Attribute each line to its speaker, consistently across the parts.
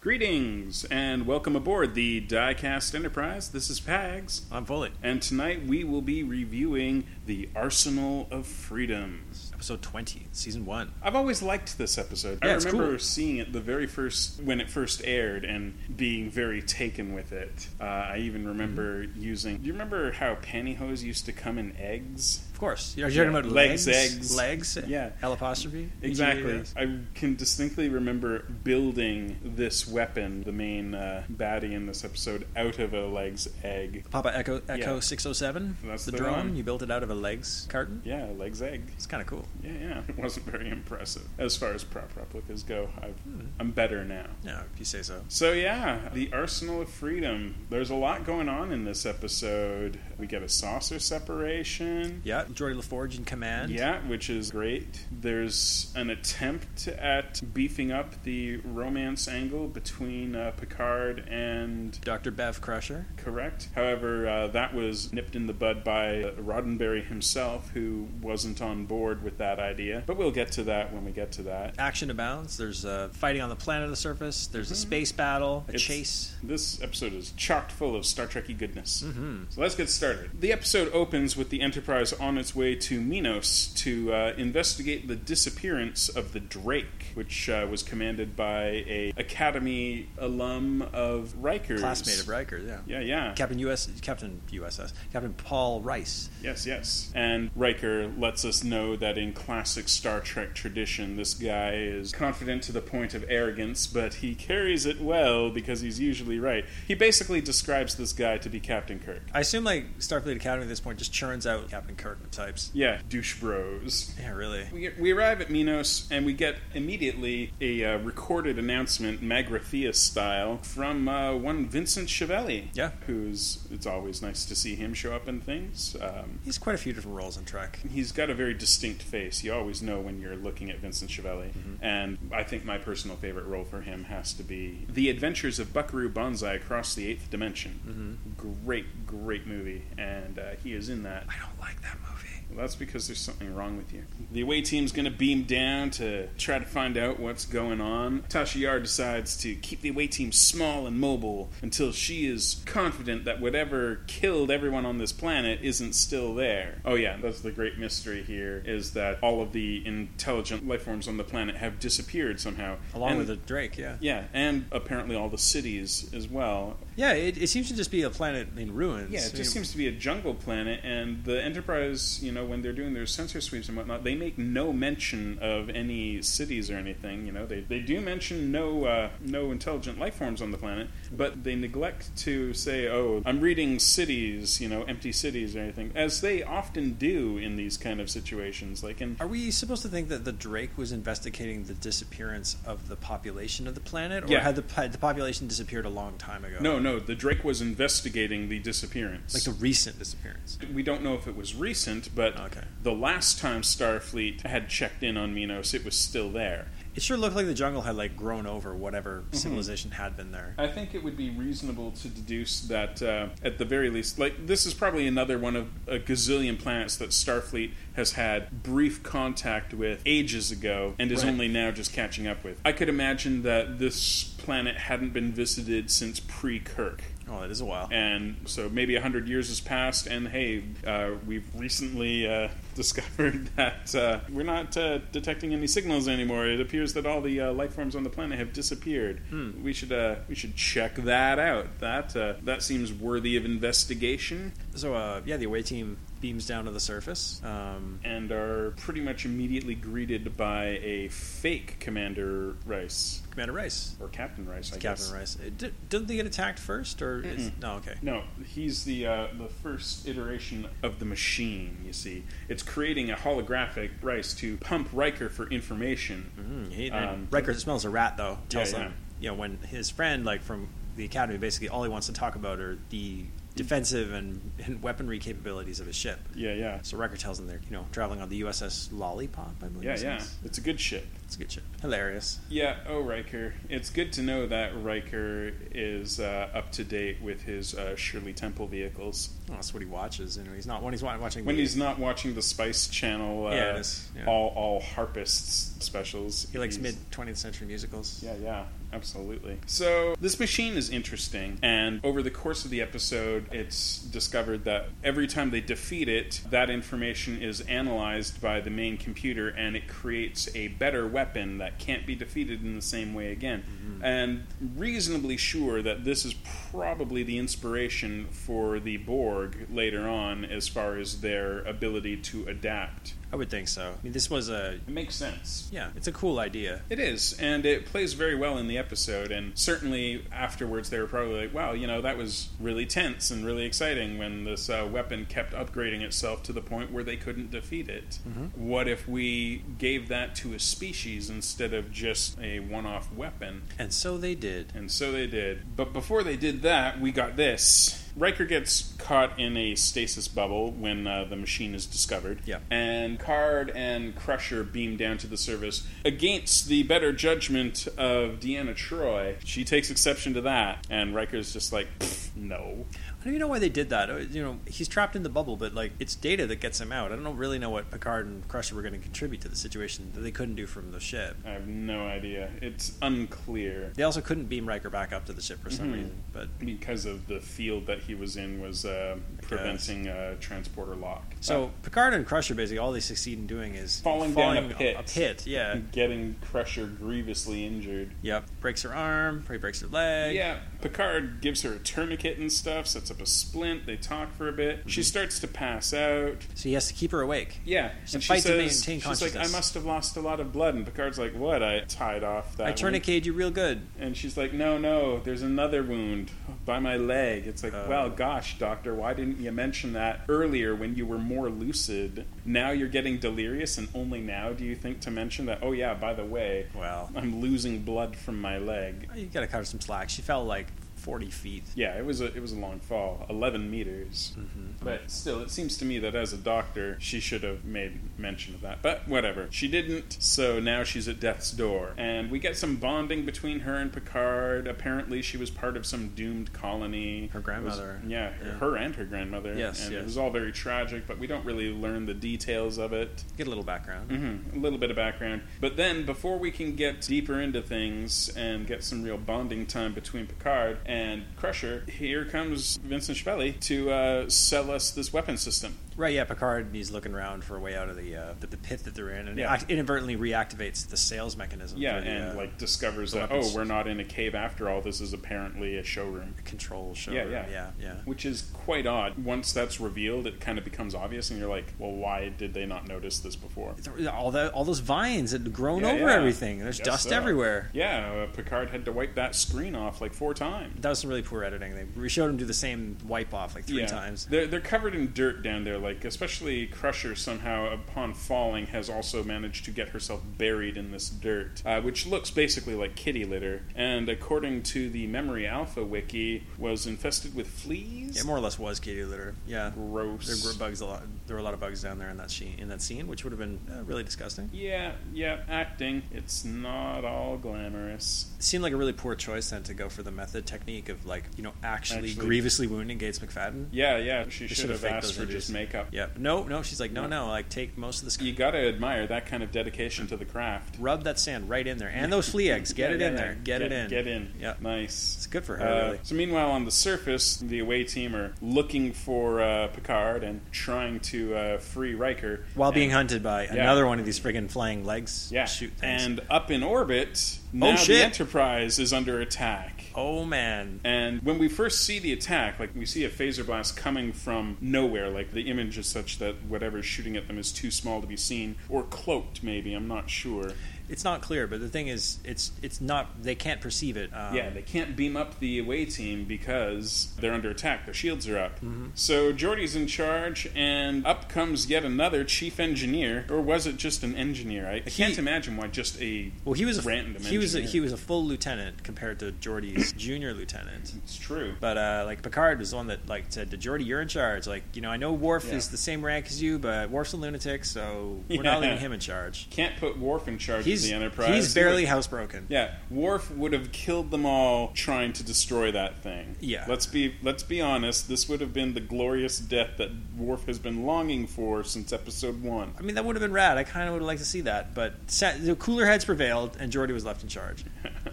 Speaker 1: Greetings and welcome aboard the Diecast Enterprise. This is Pags,
Speaker 2: I'm Foley.
Speaker 1: and tonight we will be reviewing The Arsenal of Freedom.
Speaker 2: Episode 20, season 1.
Speaker 1: I've always liked this episode. I
Speaker 2: Yeah, it's
Speaker 1: remember
Speaker 2: cool.
Speaker 1: seeing it the very first when it first aired and being very taken with it. Uh, I even remember
Speaker 2: Mm-hmm.
Speaker 1: using. Do you remember how pantyhose used to come in eggs?
Speaker 2: Of course. Are you talking
Speaker 1: Yeah.
Speaker 2: about
Speaker 1: Legs,
Speaker 2: legs?
Speaker 1: eggs.
Speaker 2: Legs?
Speaker 1: Yeah.
Speaker 2: L apostrophe?
Speaker 1: Exactly.
Speaker 2: G-A-S?
Speaker 1: I can distinctly remember building this weapon, the main uh, baddie in this episode, out of a leg's egg.
Speaker 2: Papa Echo Echo
Speaker 1: Yeah.
Speaker 2: 607?
Speaker 1: That's
Speaker 2: the,
Speaker 1: the
Speaker 2: drone.
Speaker 1: one.
Speaker 2: You built it out of a legs carton?
Speaker 1: Yeah, a leg's egg.
Speaker 2: It's kind of cool.
Speaker 1: Yeah, yeah. It wasn't very impressive as far as prop replicas go. I've, I'm better now.
Speaker 2: Yeah, if you say so.
Speaker 1: So yeah, the Arsenal of Freedom. There's a lot going on in this episode. We get a saucer separation.
Speaker 2: Yeah, Jordy LaForge in command.
Speaker 1: Yeah, which is great. There's an attempt at beefing up the romance angle between uh, Picard and
Speaker 2: Dr. Bev Crusher.
Speaker 1: Correct. However, uh, that was nipped in the bud by uh, Roddenberry himself, who wasn't on board with that idea. But we'll get to that when we get to that.
Speaker 2: Action abounds. There's uh, fighting on the planet of the surface. There's a space battle, a
Speaker 1: Mm-hmm. It's-
Speaker 2: chase.
Speaker 1: This episode is chocked full of Star Trekky goodness.
Speaker 2: Mm-hmm.
Speaker 1: So let's get started. The episode opens with the Enterprise on its way to Minos to uh, investigate the disappearance of the Drake, which uh, was commanded by a Academy alum of Riker's.
Speaker 2: Classmate of Riker, yeah.
Speaker 1: Yeah, yeah.
Speaker 2: Captain US, Captain USS, Captain Paul Rice.
Speaker 1: Yes, yes. And Riker lets us know that in classic Star Trek tradition, this guy is confident to the point of arrogance, but he carries it well because he's usually right. He basically describes this guy to be Captain Kirk.
Speaker 2: I assume like Starfleet Academy at this point just churns out Captain Kirk types.
Speaker 1: Yeah, douche bros.
Speaker 2: Yeah, really.
Speaker 1: We, we arrive at Minos and we get immediately a uh, recorded announcement, Magrathea style, from uh, one Vincent Chiavelli.
Speaker 2: Yeah.
Speaker 1: Who's, it's always nice to see him show up in things. Um,
Speaker 2: He's quite a few different roles on Trek.
Speaker 1: He's got a very distinct face. You always know when you're looking at Vincent Chiavelli. And I think my personal favorite role for him has to be The Adventures of Buckaroo Banzai Across the Eighth Dimension. Great, great movie. And uh, he is in that.
Speaker 2: I don't like that movie.
Speaker 1: Well, that's because there's something wrong with you. The away team's going to beam down to try to find out what's going on. Tasha Yar decides to keep the away team small and mobile until she is confident that whatever killed everyone on this planet isn't still there. Oh yeah, that's the great mystery here is that all of the intelligent life forms on the planet have disappeared somehow.
Speaker 2: Along
Speaker 1: And-
Speaker 2: with the Drake, yeah.
Speaker 1: yeah, and apparently all the cities as well.
Speaker 2: Yeah, it, it seems to just be a planet in ruins.
Speaker 1: Yeah, it just seems to be a jungle planet, and the Enterprise, you know, when they're doing their sensor sweeps and whatnot, they make no mention of any cities or anything. You know, they, they do mention no uh, no intelligent life forms on the planet, but they neglect to say, "Oh, I'm reading cities," you know, empty cities or anything, as they often do in these kind of situations. Like in
Speaker 2: Are we supposed to think that the Drake was investigating the disappearance of the population of the planet, or
Speaker 1: Yeah.
Speaker 2: had the had the population disappeared a long time ago?
Speaker 1: no, no, the Drake was investigating the disappearance.
Speaker 2: like Uh. the recent disappearance.
Speaker 1: we don't know if it was recent, but
Speaker 2: Okay.
Speaker 1: the last time Starfleet had checked in on Minos, it was still there.
Speaker 2: It sure looked like the jungle had like grown over whatever civilization had been there.
Speaker 1: I think it would be reasonable to deduce that, uh, at the very least, like this is probably another one of a gazillion planets that Starfleet has had brief contact with ages ago and is
Speaker 2: Right.
Speaker 1: only now just catching up with. I could imagine that this planet hadn't been visited since pre Kirk.
Speaker 2: Oh, that is a while.
Speaker 1: And so maybe 100 years has passed, and hey, uh, we've recently uh, discovered that uh, we're not uh, detecting any signals anymore. It appears that all the uh, life forms on the planet have disappeared. We, should, uh, we should check that out. That, uh, that seems worthy of investigation.
Speaker 2: So, uh, yeah, the away team beams down to the surface. Um,
Speaker 1: And are pretty much immediately greeted by a fake Commander Rice,
Speaker 2: Commander Rice,
Speaker 1: or Captain Rice, I guess.
Speaker 2: Captain Rice. Uh, Did, didn't they get attacked first, or is, no? Okay.
Speaker 1: No, he's the uh, the first iteration of the machine. You see, it's creating a holographic Rice to pump Riker for information.
Speaker 2: Mm, he,
Speaker 1: Um,
Speaker 2: Riker smells a rat, though. Tells
Speaker 1: yeah.
Speaker 2: him, you know, when his friend, like from the academy, basically all he wants to talk about are the defensive and, and weaponry capabilities of his ship.
Speaker 1: Yeah, yeah,
Speaker 2: So Riker tells him they're, you know, traveling on the USS Lollipop. I believe.
Speaker 1: yeah,
Speaker 2: it
Speaker 1: yeah.
Speaker 2: says.
Speaker 1: It's a good ship.
Speaker 2: It's a good ship. Hilarious.
Speaker 1: Yeah. Oh, Riker. It's good to know that Riker is uh, up to date with his uh, Shirley Temple vehicles
Speaker 2: Well, that's what he watches. You know, he's not when he's wa- watching.
Speaker 1: when
Speaker 2: the-
Speaker 1: he's not watching the Spice Channel. Uh,
Speaker 2: Yeah, it is, yeah.
Speaker 1: All all harpists specials.
Speaker 2: he likes
Speaker 1: he's-
Speaker 2: mid 20th century musicals.
Speaker 1: Yeah, yeah. absolutely. So this machine is interesting, and over the course of the episode, it's discovered that every time they defeat it, that information is analyzed by the main computer, and it creates a better weapon that can't be defeated in the same way again. And reasonably sure that this is probably the inspiration for the Borg later on, as far as their ability to adapt.
Speaker 2: I would think so. I mean, this was a
Speaker 1: It makes sense.
Speaker 2: yeah, it's a cool idea.
Speaker 1: It is, and it plays very well in the episode. And certainly afterwards, they were probably like, "Wow, you know, that was really tense and really exciting when this uh, weapon kept upgrading itself to the point where they couldn't defeat it. What if we gave that to a species instead of just a one-off weapon?"
Speaker 2: And so they did.
Speaker 1: And so they did. But before they did that, we got this. Riker gets caught in a stasis bubble when uh, the machine is discovered.
Speaker 2: Yeah.
Speaker 1: And Card and Crusher beam down to the surface against the better judgment of Deanna Troy. She takes exception to that, and Riker's just like, "Pfft, no.
Speaker 2: I don't even know why they did that. Uh, You know, he's trapped in the bubble, but like it's data that gets him out. I don't know- really know what Picard and Crusher were going to contribute to the situation that they couldn't do from the ship.
Speaker 1: I have no idea. It's unclear
Speaker 2: They also couldn't beam Riker back up to the ship for some
Speaker 1: Mhm.
Speaker 2: reason. But
Speaker 1: because of the field that he was in was uh, preventing a transporter lock.
Speaker 2: so Picard and Crusher basically all they succeed in doing is
Speaker 1: Falling down a pit. Mm-hmm.
Speaker 2: A pit, yeah,
Speaker 1: getting Crusher grievously injured.
Speaker 2: yep. Breaks her arm, probably breaks her leg.
Speaker 1: Yeah, Picard gives her a tourniquet and stuff, sets up a splint, they talk for a bit.
Speaker 2: Mhm.
Speaker 1: She starts to pass out.
Speaker 2: So he has to keep her awake.
Speaker 1: Yeah,
Speaker 2: It's a
Speaker 1: and she
Speaker 2: fight to
Speaker 1: says,
Speaker 2: maintain
Speaker 1: she's like, I
Speaker 2: consciousness."
Speaker 1: must have lost a lot of blood. And Picard's like, what? I tied off that
Speaker 2: I tourniquet you real good.
Speaker 1: wound." And she's like, no, no, there's another wound by my leg. It's like,
Speaker 2: Oh.
Speaker 1: well, gosh, doctor, why didn't you mention that earlier when you were more lucid? Now you're getting delirious, and only now do you think to mention that, oh, yeah, by the way,
Speaker 2: Well,
Speaker 1: I'm losing blood from my leg.
Speaker 2: you got to cut her some slack. She fell like 40 feet.
Speaker 1: Yeah, it was a it was a long fall, eleven meters.
Speaker 2: Mm-hmm.
Speaker 1: But still, it seems to me that as a doctor, she should have made mention of that. But whatever, she didn't. So now she's at death's door, and we get some bonding between her and Picard. Apparently, she was part of some doomed colony. It
Speaker 2: Her
Speaker 1: was-
Speaker 2: grandmother.
Speaker 1: yeah,
Speaker 2: Yeah.
Speaker 1: her and her grandmother.
Speaker 2: Yes,
Speaker 1: and it
Speaker 2: yes.
Speaker 1: was all very tragic, but we don't really learn the details of it.
Speaker 2: Get a little background.
Speaker 1: Mm-hmm. A little bit of background. But then, before we can get deeper into things and get some real bonding time between Picard and Crusher, here comes Vincent Chiavelli to uh, sell us this weapon system.
Speaker 2: Right, yeah, Picard he's looking around for a way out of the uh, the, the pit that they're in, and
Speaker 1: Yeah.
Speaker 2: act- inadvertently reactivates the sales mechanism.
Speaker 1: Yeah,
Speaker 2: for the,
Speaker 1: and
Speaker 2: uh,
Speaker 1: like discovers
Speaker 2: the
Speaker 1: that,
Speaker 2: weapon
Speaker 1: oh, we're
Speaker 2: system.
Speaker 1: not in a cave after all. This is apparently a showroom.
Speaker 2: control show.
Speaker 1: Yeah,
Speaker 2: Yeah, yeah,
Speaker 1: yeah.
Speaker 2: yeah,
Speaker 1: Which is quite odd. Once that's revealed, it kind of becomes obvious, and you're like, well, why did they not notice this before?
Speaker 2: Th- All that, all those vines had grown
Speaker 1: Yeah,
Speaker 2: over
Speaker 1: yeah.
Speaker 2: everything. There's
Speaker 1: Guess
Speaker 2: dust
Speaker 1: so.
Speaker 2: everywhere.
Speaker 1: Yeah, uh, Picard had to wipe that screen off like four times.
Speaker 2: That was some really poor editing. They we showed him do the same wipe off like three
Speaker 1: Yeah.
Speaker 2: times.
Speaker 1: They're, they're covered in dirt down there, like, especially Crusher somehow, upon falling, has also managed to get herself buried in this dirt, uh, which looks basically like kitty litter. And according to the Memory Alpha wiki, was infested with fleas?
Speaker 2: It more or less was kitty litter. Yeah, there
Speaker 1: Gross.
Speaker 2: were bugs a lot. There were a lot of bugs down there in that scene, in that scene, which would have been uh, really disgusting.
Speaker 1: yeah, yeah, acting. It's not all glamorous.
Speaker 2: It seemed like a really poor choice then to go for the method technique of like you know actually,
Speaker 1: Actually-
Speaker 2: grievously wounding Gates McFadden.
Speaker 1: Yeah, yeah, she
Speaker 2: They
Speaker 1: should
Speaker 2: should've
Speaker 1: have
Speaker 2: faked
Speaker 1: asked
Speaker 2: those
Speaker 1: for just
Speaker 2: injuries.
Speaker 1: makeup.
Speaker 2: Yeah, no, no. She's like, no, no. Like take most of the skin,
Speaker 1: You gotta admire that kind of dedication to the craft.
Speaker 2: rub that sand right in there, and those flea eggs. Get
Speaker 1: Yeah,
Speaker 2: it
Speaker 1: yeah,
Speaker 2: in
Speaker 1: yeah.
Speaker 2: there. Get, it in.
Speaker 1: Get in.
Speaker 2: Yeah.
Speaker 1: Nice.
Speaker 2: It's good for her.
Speaker 1: Uh,
Speaker 2: really.
Speaker 1: So meanwhile, on the surface, the away team are looking for uh, Picard and trying to uh, free Riker
Speaker 2: While
Speaker 1: And-
Speaker 2: being hunted by
Speaker 1: Yeah.
Speaker 2: another one of these friggin' flying legs.
Speaker 1: Yeah,
Speaker 2: Shoot things.
Speaker 1: and up in orbit, now the
Speaker 2: shit.
Speaker 1: Enterprise is under attack.
Speaker 2: oh man,
Speaker 1: And when we first see the attack, like we see a phaser blast coming from nowhere, like the image is such that whatever's shooting at them is too small to be seen, or cloaked, maybe I'm not sure.
Speaker 2: it's not clear, but the thing is, it's it's not. They can't perceive it. Um,
Speaker 1: Yeah, they can't beam up the away team because they're under attack. Their shields are up.
Speaker 2: Mm-hmm.
Speaker 1: So Geordi's in charge, and up comes yet another chief engineer, or was it just an engineer? I, I can't imagine why just a.
Speaker 2: well, he was a
Speaker 1: random.
Speaker 2: he was a,
Speaker 1: engineer.
Speaker 2: he was a full lieutenant compared to Geordi's junior lieutenant.
Speaker 1: It's true.
Speaker 2: But uh, like Picard was the one that like said to Geordi, "You're in charge." Like you know, I know Worf
Speaker 1: Yeah.
Speaker 2: is the same rank as you, but Worf's a lunatic, so we're not
Speaker 1: Yeah.
Speaker 2: leaving him in charge.
Speaker 1: Can't put Worf in charge
Speaker 2: He's
Speaker 1: of the Enterprise.
Speaker 2: he's barely housebroken.
Speaker 1: Yeah, Worf would have killed them all trying to destroy that thing.
Speaker 2: Yeah.
Speaker 1: Let's be let's be honest, this would have been the glorious death that Worf has been longing for since episode 1.
Speaker 2: I mean, that would have been rad. I kind of would have liked to see that, but sa- the cooler heads prevailed, and Geordi was left in charge.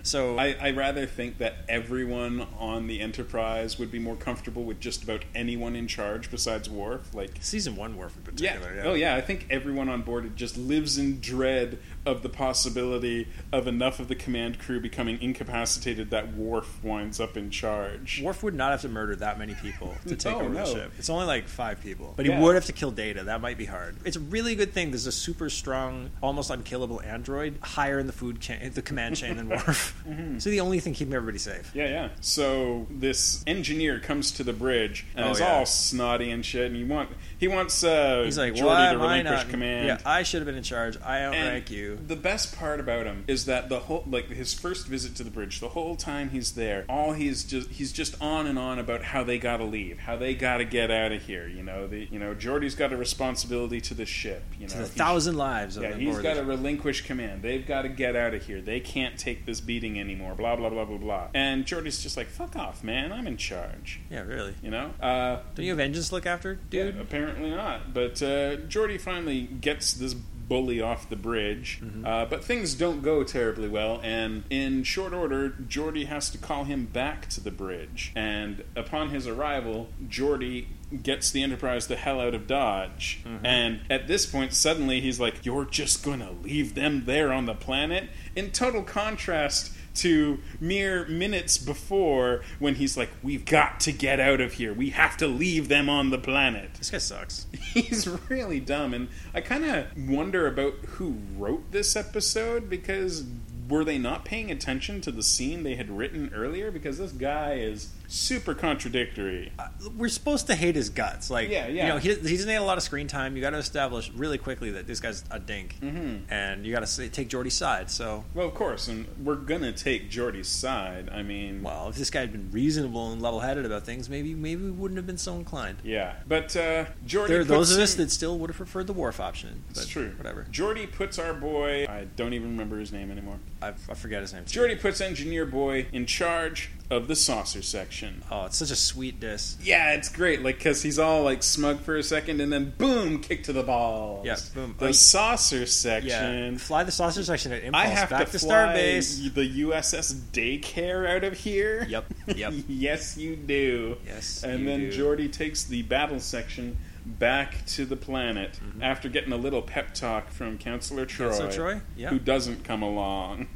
Speaker 2: So
Speaker 1: I, I rather think that everyone on the Enterprise would be more comfortable with just about anyone in charge besides Worf. Like,
Speaker 2: season one Worf in
Speaker 1: yeah.
Speaker 2: particular.
Speaker 1: oh yeah, I think everyone on board just lives in dread of the possibility of enough of the command crew becoming incapacitated that Worf winds up in charge.
Speaker 2: Worf would not have to murder that many people to take
Speaker 1: No,
Speaker 2: over
Speaker 1: Oh, no.
Speaker 2: the ship. It's only like five people, but he
Speaker 1: Yeah.
Speaker 2: would have to kill Data. That might be hard. It's a really good thing. There's a super strong, almost unkillable android higher in the food chain, the command chain than Worf. So the only thing keeping everybody safe.
Speaker 1: Mm-hmm. Yeah, yeah. So this engineer comes to the bridge and
Speaker 2: Oh,
Speaker 1: is
Speaker 2: yeah.
Speaker 1: all snotty and shit, and he want he wants uh,
Speaker 2: He's like,
Speaker 1: Geordi
Speaker 2: why
Speaker 1: to
Speaker 2: am I
Speaker 1: relinquish
Speaker 2: not?
Speaker 1: command.
Speaker 2: Yeah, I should have been in charge. I
Speaker 1: And
Speaker 2: outrank Oh, you.
Speaker 1: The best part about him is that the whole like his first visit to the bridge, the whole time he's there, all he's just he's just on and on about how they gotta leave, how they gotta get out of here. You know, the you know Jordy's got a responsibility to the ship. You know,
Speaker 2: To the
Speaker 1: He-
Speaker 2: thousand lives of
Speaker 1: yeah,
Speaker 2: the
Speaker 1: he's
Speaker 2: board.
Speaker 1: got to relinquish command. They've got to get out of here. They can't take this beating anymore. Blah blah blah blah blah. And Jordy's just like, "Fuck off, man. I'm in charge."
Speaker 2: Yeah, really.
Speaker 1: You know, uh,
Speaker 2: Don't you have engines to look after, dude?
Speaker 1: yeah, apparently not. But uh, Jordy finally gets this bully off the bridge. Uh, but things don't go terribly well, and in short order, Jordy has to call him back to the bridge. And upon his arrival, Jordy gets the Enterprise the hell out of Dodge. And at this point, suddenly he's like, You're just gonna leave them there on the planet? In total contrast to mere minutes before when he's like, We've got to get out of here. We have to leave them on the planet.
Speaker 2: This guy sucks.
Speaker 1: He's really dumb, and I kind of wonder about who wrote this episode because were they not paying attention to the scene they had written earlier? Because this guy is super contradictory.
Speaker 2: Uh, we're supposed to hate his guts. Like,
Speaker 1: Yeah, yeah.
Speaker 2: you know, he, he doesn't need a lot of screen time. You got to establish really quickly that this guy's a dink,
Speaker 1: Hmm.
Speaker 2: mm-hmm. and you got to take Jordy's side. So,
Speaker 1: Well, of course, and we're gonna take Jordy's side. I mean,
Speaker 2: well, if this guy had been reasonable and level-headed about things, maybe maybe we wouldn't have been so inclined.
Speaker 1: yeah, but uh, Jordy.
Speaker 2: There are those of
Speaker 1: puts
Speaker 2: us
Speaker 1: in-
Speaker 2: that still would have preferred the wharf option.
Speaker 1: It's
Speaker 2: but
Speaker 1: true.
Speaker 2: Whatever.
Speaker 1: Jordy puts our boy. I don't even remember his name anymore.
Speaker 2: I, I forget his name. too.
Speaker 1: Jordy puts Engineer Boy in charge of the saucer section.
Speaker 2: Oh, it's such a sweet diss.
Speaker 1: Yeah, it's great. Like, cause he's all like smug for a second, and then boom, kick to the balls.
Speaker 2: Yeah, boom.
Speaker 1: The
Speaker 2: Like-
Speaker 1: saucer section.
Speaker 2: Yeah. Fly the saucer section at impulse
Speaker 1: I have
Speaker 2: back
Speaker 1: to
Speaker 2: to,
Speaker 1: fly
Speaker 2: starbase.
Speaker 1: the USS daycare out of here.
Speaker 2: Yep, yep.
Speaker 1: yes, you do.
Speaker 2: Yes,
Speaker 1: And
Speaker 2: you
Speaker 1: then
Speaker 2: do.
Speaker 1: Jordy takes the battle section back to the planet after getting a little pep talk from Counselor Troy,
Speaker 2: Mm-hmm. Counselor Troy? Yeah.
Speaker 1: who doesn't come along.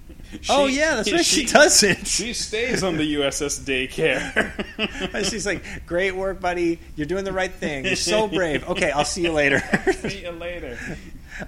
Speaker 2: oh
Speaker 1: She-
Speaker 2: yeah, that's right. She, doesn't.
Speaker 1: She stays on the USS daycare.
Speaker 2: And She's like, "Great work, buddy. You're doing the right thing. You're so brave. Okay, I'll see you later."
Speaker 1: See you later.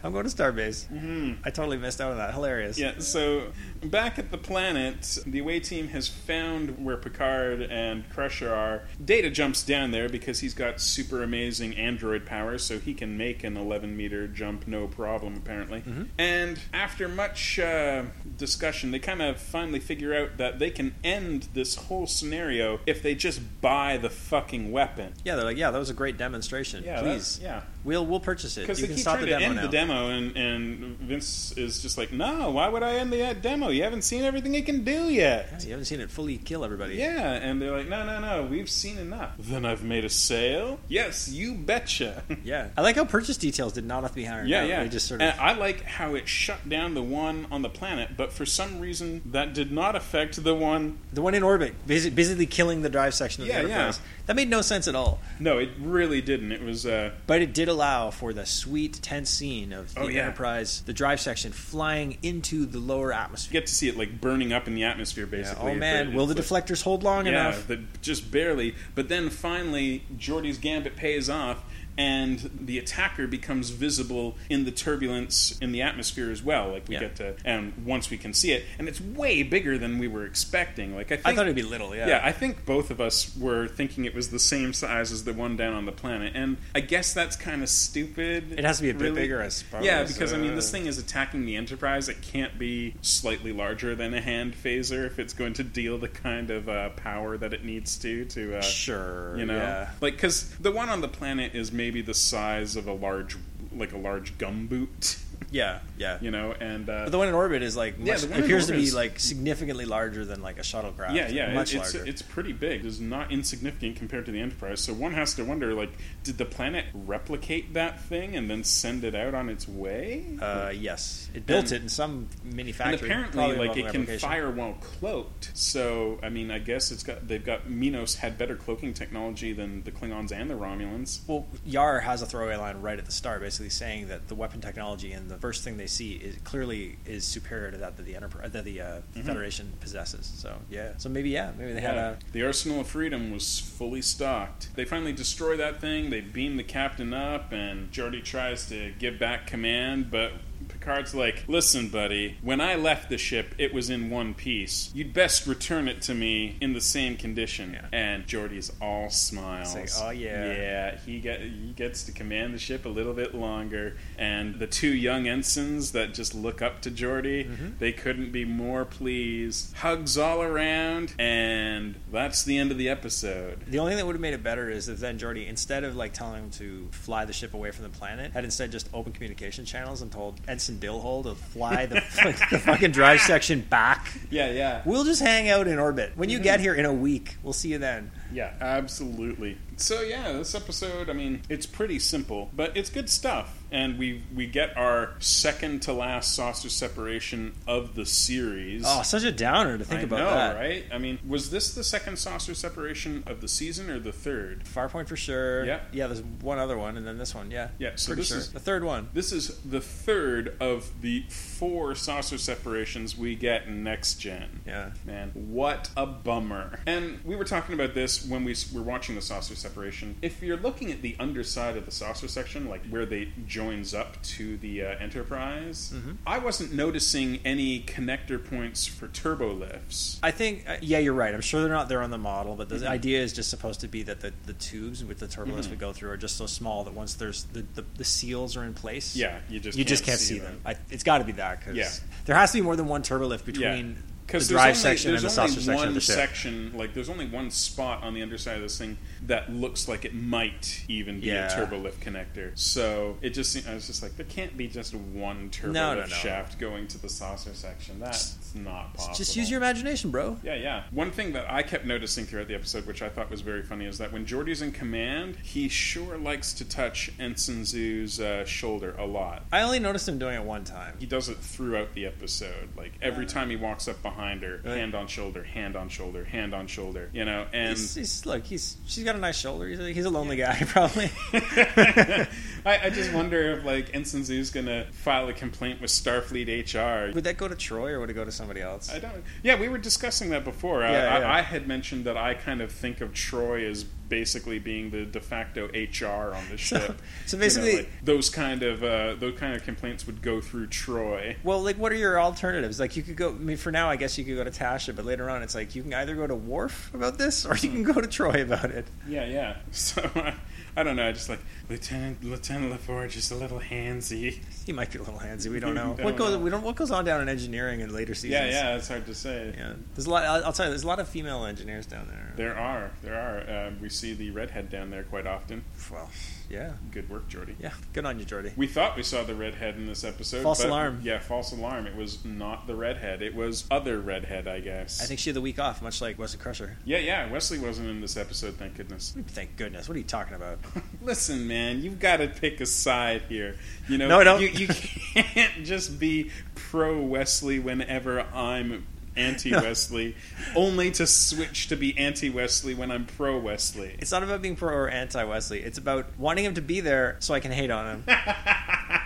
Speaker 2: I'm going to Starbase. I totally missed out on that. Hilarious.
Speaker 1: Mm-hmm. Yeah, so back at the planet, the away team has found where Picard and Crusher are. Data jumps down there because he's got super amazing android powers, so he can make an 11 meter jump no problem, apparently.
Speaker 2: Mm-hmm.
Speaker 1: And after much uh, discussion, they kind of finally figure out that they can end this whole scenario if they just buy the fucking weapon.
Speaker 2: Yeah, they're like, "Yeah, that was a great demonstration.
Speaker 1: Yeah,
Speaker 2: Please,
Speaker 1: that's- yeah.
Speaker 2: we'll we'll purchase it.
Speaker 1: Because
Speaker 2: You
Speaker 1: they
Speaker 2: can
Speaker 1: keep
Speaker 2: stop
Speaker 1: trying
Speaker 2: the
Speaker 1: to
Speaker 2: demo
Speaker 1: end
Speaker 2: now."
Speaker 1: the demo, and, and Vince is just like, no, why would I end the uh, demo? You haven't seen everything it can do
Speaker 2: Yeah,
Speaker 1: yet.
Speaker 2: you haven't seen it fully kill everybody.
Speaker 1: Yeah, and they're like, no, no, no, we've seen enough. Then I've made a sale? Yes, you betcha.
Speaker 2: Yeah. I like how purchase details did not have to be ironed
Speaker 1: Yeah,
Speaker 2: out.
Speaker 1: yeah.
Speaker 2: They just sort
Speaker 1: and
Speaker 2: of.
Speaker 1: I like how it shut down the one on the planet, but for some reason that did not affect the one.
Speaker 2: The one in orbit, busy, busily killing the drive section of
Speaker 1: Yeah,
Speaker 2: the
Speaker 1: yeah.
Speaker 2: Enterprise. That made no sense at all.
Speaker 1: No, it really didn't. It was uh,
Speaker 2: But it did allow for the sweet, tense scene of the
Speaker 1: Oh, yeah.
Speaker 2: Enterprise, the drive section, flying into the lower
Speaker 1: you
Speaker 2: atmosphere.
Speaker 1: get to see it like burning up in the atmosphere, basically.
Speaker 2: oh,
Speaker 1: It's
Speaker 2: man.
Speaker 1: like-
Speaker 2: will the
Speaker 1: it's like-
Speaker 2: deflectors hold long
Speaker 1: yeah,
Speaker 2: enough?
Speaker 1: that just barely. But then finally, Jordy's gambit pays off, and the attacker becomes visible in the turbulence in the atmosphere as well. Like we
Speaker 2: Yeah.
Speaker 1: get to, and once we can see it, and it's way bigger than we were expecting. Like I, think,
Speaker 2: I thought it'd be little, yeah.
Speaker 1: yeah, I think both of us were thinking it was the same size as the one down on the planet, and I guess that's kind of stupid.
Speaker 2: It has to be a bit bigger, I suppose,
Speaker 1: Yeah, because I mean,
Speaker 2: uh.
Speaker 1: this thing is attacking the Enterprise. It can't be slightly larger than a hand phaser if it's going to deal the kind of uh, power that it needs to. To uh,
Speaker 2: sure.
Speaker 1: you know,
Speaker 2: Yeah.
Speaker 1: like because the one on the planet is maybe the size of a large, like a large gumboot.
Speaker 2: Yeah, yeah.
Speaker 1: you know, and uh,
Speaker 2: But the one in orbit is like
Speaker 1: Yeah,
Speaker 2: much,
Speaker 1: the one in
Speaker 2: appears to
Speaker 1: orbit
Speaker 2: be
Speaker 1: is-
Speaker 2: like significantly larger than like a shuttlecraft.
Speaker 1: yeah, yeah,
Speaker 2: much
Speaker 1: it- it's
Speaker 2: larger.
Speaker 1: it's pretty big. It's not insignificant compared to the Enterprise. So one has to wonder, like, did the planet replicate that thing and then send it out on its way?
Speaker 2: uh, yes, it built
Speaker 1: And-
Speaker 2: it in some mini
Speaker 1: and
Speaker 2: factory.
Speaker 1: apparently,
Speaker 2: probably
Speaker 1: like,
Speaker 2: involving
Speaker 1: it can
Speaker 2: replication.
Speaker 1: fire while cloaked. So I mean, I guess it's got they've got Minos had better cloaking technology than the Klingons and the Romulans.
Speaker 2: Well, Yar has a throwaway line right at the start, basically saying that the weapon technology and the first thing they see is clearly is superior to that that the Enterprise that the uh, Federation possesses. So yeah, so maybe yeah, maybe they had
Speaker 1: Mm-hmm. Yeah.
Speaker 2: a
Speaker 1: The Arsenal of Freedom was fully stocked. They finally destroy that thing. They beam the captain up, and Geordi tries to give back command, but Picard's like, "Listen, buddy. When I left the ship, it was in one piece. You'd best return it to me in the same condition."
Speaker 2: Yeah.
Speaker 1: And Geordi's all smiles.
Speaker 2: It's like, "Oh, yeah."
Speaker 1: yeah. He get he gets to command the ship a little bit longer, and the two young ensigns that just look up to Geordi,
Speaker 2: Mm-hmm.
Speaker 1: they couldn't be more pleased. Hugs all around, and that's the end of the episode.
Speaker 2: The only thing that would have made it better is if then Jordy, instead of like telling him to fly the ship away from the planet, had instead just opened communication channels and told Ensign Dillhole to fly the, the fucking drive section back.
Speaker 1: Yeah, yeah,
Speaker 2: We'll just hang out in orbit. When you get here in a week, we'll see you then.
Speaker 1: yeah, absolutely. So yeah, this episode, I mean, it's pretty simple, but it's good stuff. And we we get our second to last saucer separation of the series.
Speaker 2: Oh, such a downer to think
Speaker 1: I
Speaker 2: about
Speaker 1: know,
Speaker 2: that.
Speaker 1: right? I mean, was this the second saucer separation of the season or the third?
Speaker 2: Farpoint for sure.
Speaker 1: Yeah.
Speaker 2: Yeah, there's one other one, and then this one. Yeah.
Speaker 1: Yeah, so
Speaker 2: Pretty
Speaker 1: this
Speaker 2: sure.
Speaker 1: is-
Speaker 2: the third one.
Speaker 1: This is the third of the four saucer separations we get in next gen.
Speaker 2: Yeah.
Speaker 1: Man, what a bummer. And we were talking about this when we s- were watching the saucer separation. If you're looking at the underside of the saucer section, like where they joins up to the uh, Enterprise,
Speaker 2: Mm-hmm.
Speaker 1: I wasn't noticing any connector points for turbo lifts.
Speaker 2: I think, uh, yeah, you're right. I'm sure they're not there on the model, but the
Speaker 1: Mm-hmm.
Speaker 2: idea is just supposed to be that the, the tubes with the turbulence would go through are just so small that once there's the, the, the seals are in place,
Speaker 1: Yeah, you just
Speaker 2: you
Speaker 1: can't
Speaker 2: just can't
Speaker 1: see
Speaker 2: see
Speaker 1: them.
Speaker 2: them. I, it's got to be that because
Speaker 1: Yeah.
Speaker 2: there has to be more than one turbolift between the
Speaker 1: because
Speaker 2: drive section and the saucer section of the ship.
Speaker 1: section, like there's only one spot on the underside of this thing that looks like it might even be a
Speaker 2: Yeah.
Speaker 1: turbo lift connector. So it just, seem- I was just like, there can't be just one turbo
Speaker 2: No, no,
Speaker 1: lift
Speaker 2: no.
Speaker 1: shaft going to the saucer section. That's not possible.
Speaker 2: Just use your imagination, bro.
Speaker 1: Yeah, yeah. One thing that I kept noticing throughout the episode, which I thought was very funny, is that when Geordi's in command, he sure likes to touch Ensign Zoo's uh, shoulder a lot
Speaker 2: I only noticed him doing it one time.
Speaker 1: he does it throughout the episode. Like every time he walks up behind her,
Speaker 2: Right.
Speaker 1: hand on shoulder, hand on shoulder, hand on shoulder. You know, and
Speaker 2: He's, he's look, he's she's got a nice shoulder. He's a, he's a lonely guy, probably.
Speaker 1: I, I just wonder if like Ensign Zoo's gonna file a complaint with Starfleet HR.
Speaker 2: would that go to Troy or would it go to somebody else?
Speaker 1: I don't. Yeah, we were discussing that before.
Speaker 2: Yeah,
Speaker 1: I,
Speaker 2: yeah.
Speaker 1: I, I had mentioned that I kind of think of Troy as basically being the de facto HR on the
Speaker 2: So-
Speaker 1: ship.
Speaker 2: so
Speaker 1: You know,
Speaker 2: basically-
Speaker 1: like, those kind of uh, those kind of complaints would go through Troy.
Speaker 2: Well, like, what are your alternatives? Like, you could go. I mean, for now, I guess you could go to Tasha, but later on, it's like you can either go to Worf about this, or you can go to Troy about it.
Speaker 1: Yeah, yeah. So I, I don't know. I just like Lieutenant Lieutenant LaForge is a little handsy.
Speaker 2: He might be a little handsy. We don't know
Speaker 1: Don't
Speaker 2: what goes.
Speaker 1: know.
Speaker 2: We don't. What goes on down in engineering in later
Speaker 1: Yeah,
Speaker 2: seasons?
Speaker 1: yeah. It's hard to say.
Speaker 2: yeah. There's a lot. I'll, I'll tell you. There's a lot of female engineers down there.
Speaker 1: There are, there are. Um, we see the redhead down there quite often.
Speaker 2: Well, yeah,
Speaker 1: Good work, Jordy.
Speaker 2: yeah. Good on you, Jordy.
Speaker 1: We thought we saw the redhead in this episode.
Speaker 2: False
Speaker 1: but-
Speaker 2: alarm.
Speaker 1: Yeah, false alarm. It was not the redhead. It was other redhead, I guess.
Speaker 2: I think she had the week off, much like Wesley Crusher.
Speaker 1: Yeah, yeah. Wesley wasn't in this episode. Thank goodness.
Speaker 2: Thank goodness. What are you talking about?
Speaker 1: Listen, man, you've got to pick a side here. You know,
Speaker 2: No, I don't.
Speaker 1: You, you can't just be pro Wesley whenever I'm anti Wesley, only to switch to be anti Wesley when I'm pro Wesley.
Speaker 2: It's not about being pro or anti Wesley. It's about wanting him to be there so I can hate on him.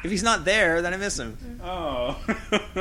Speaker 2: if he's not there, then I miss him.
Speaker 1: Oh,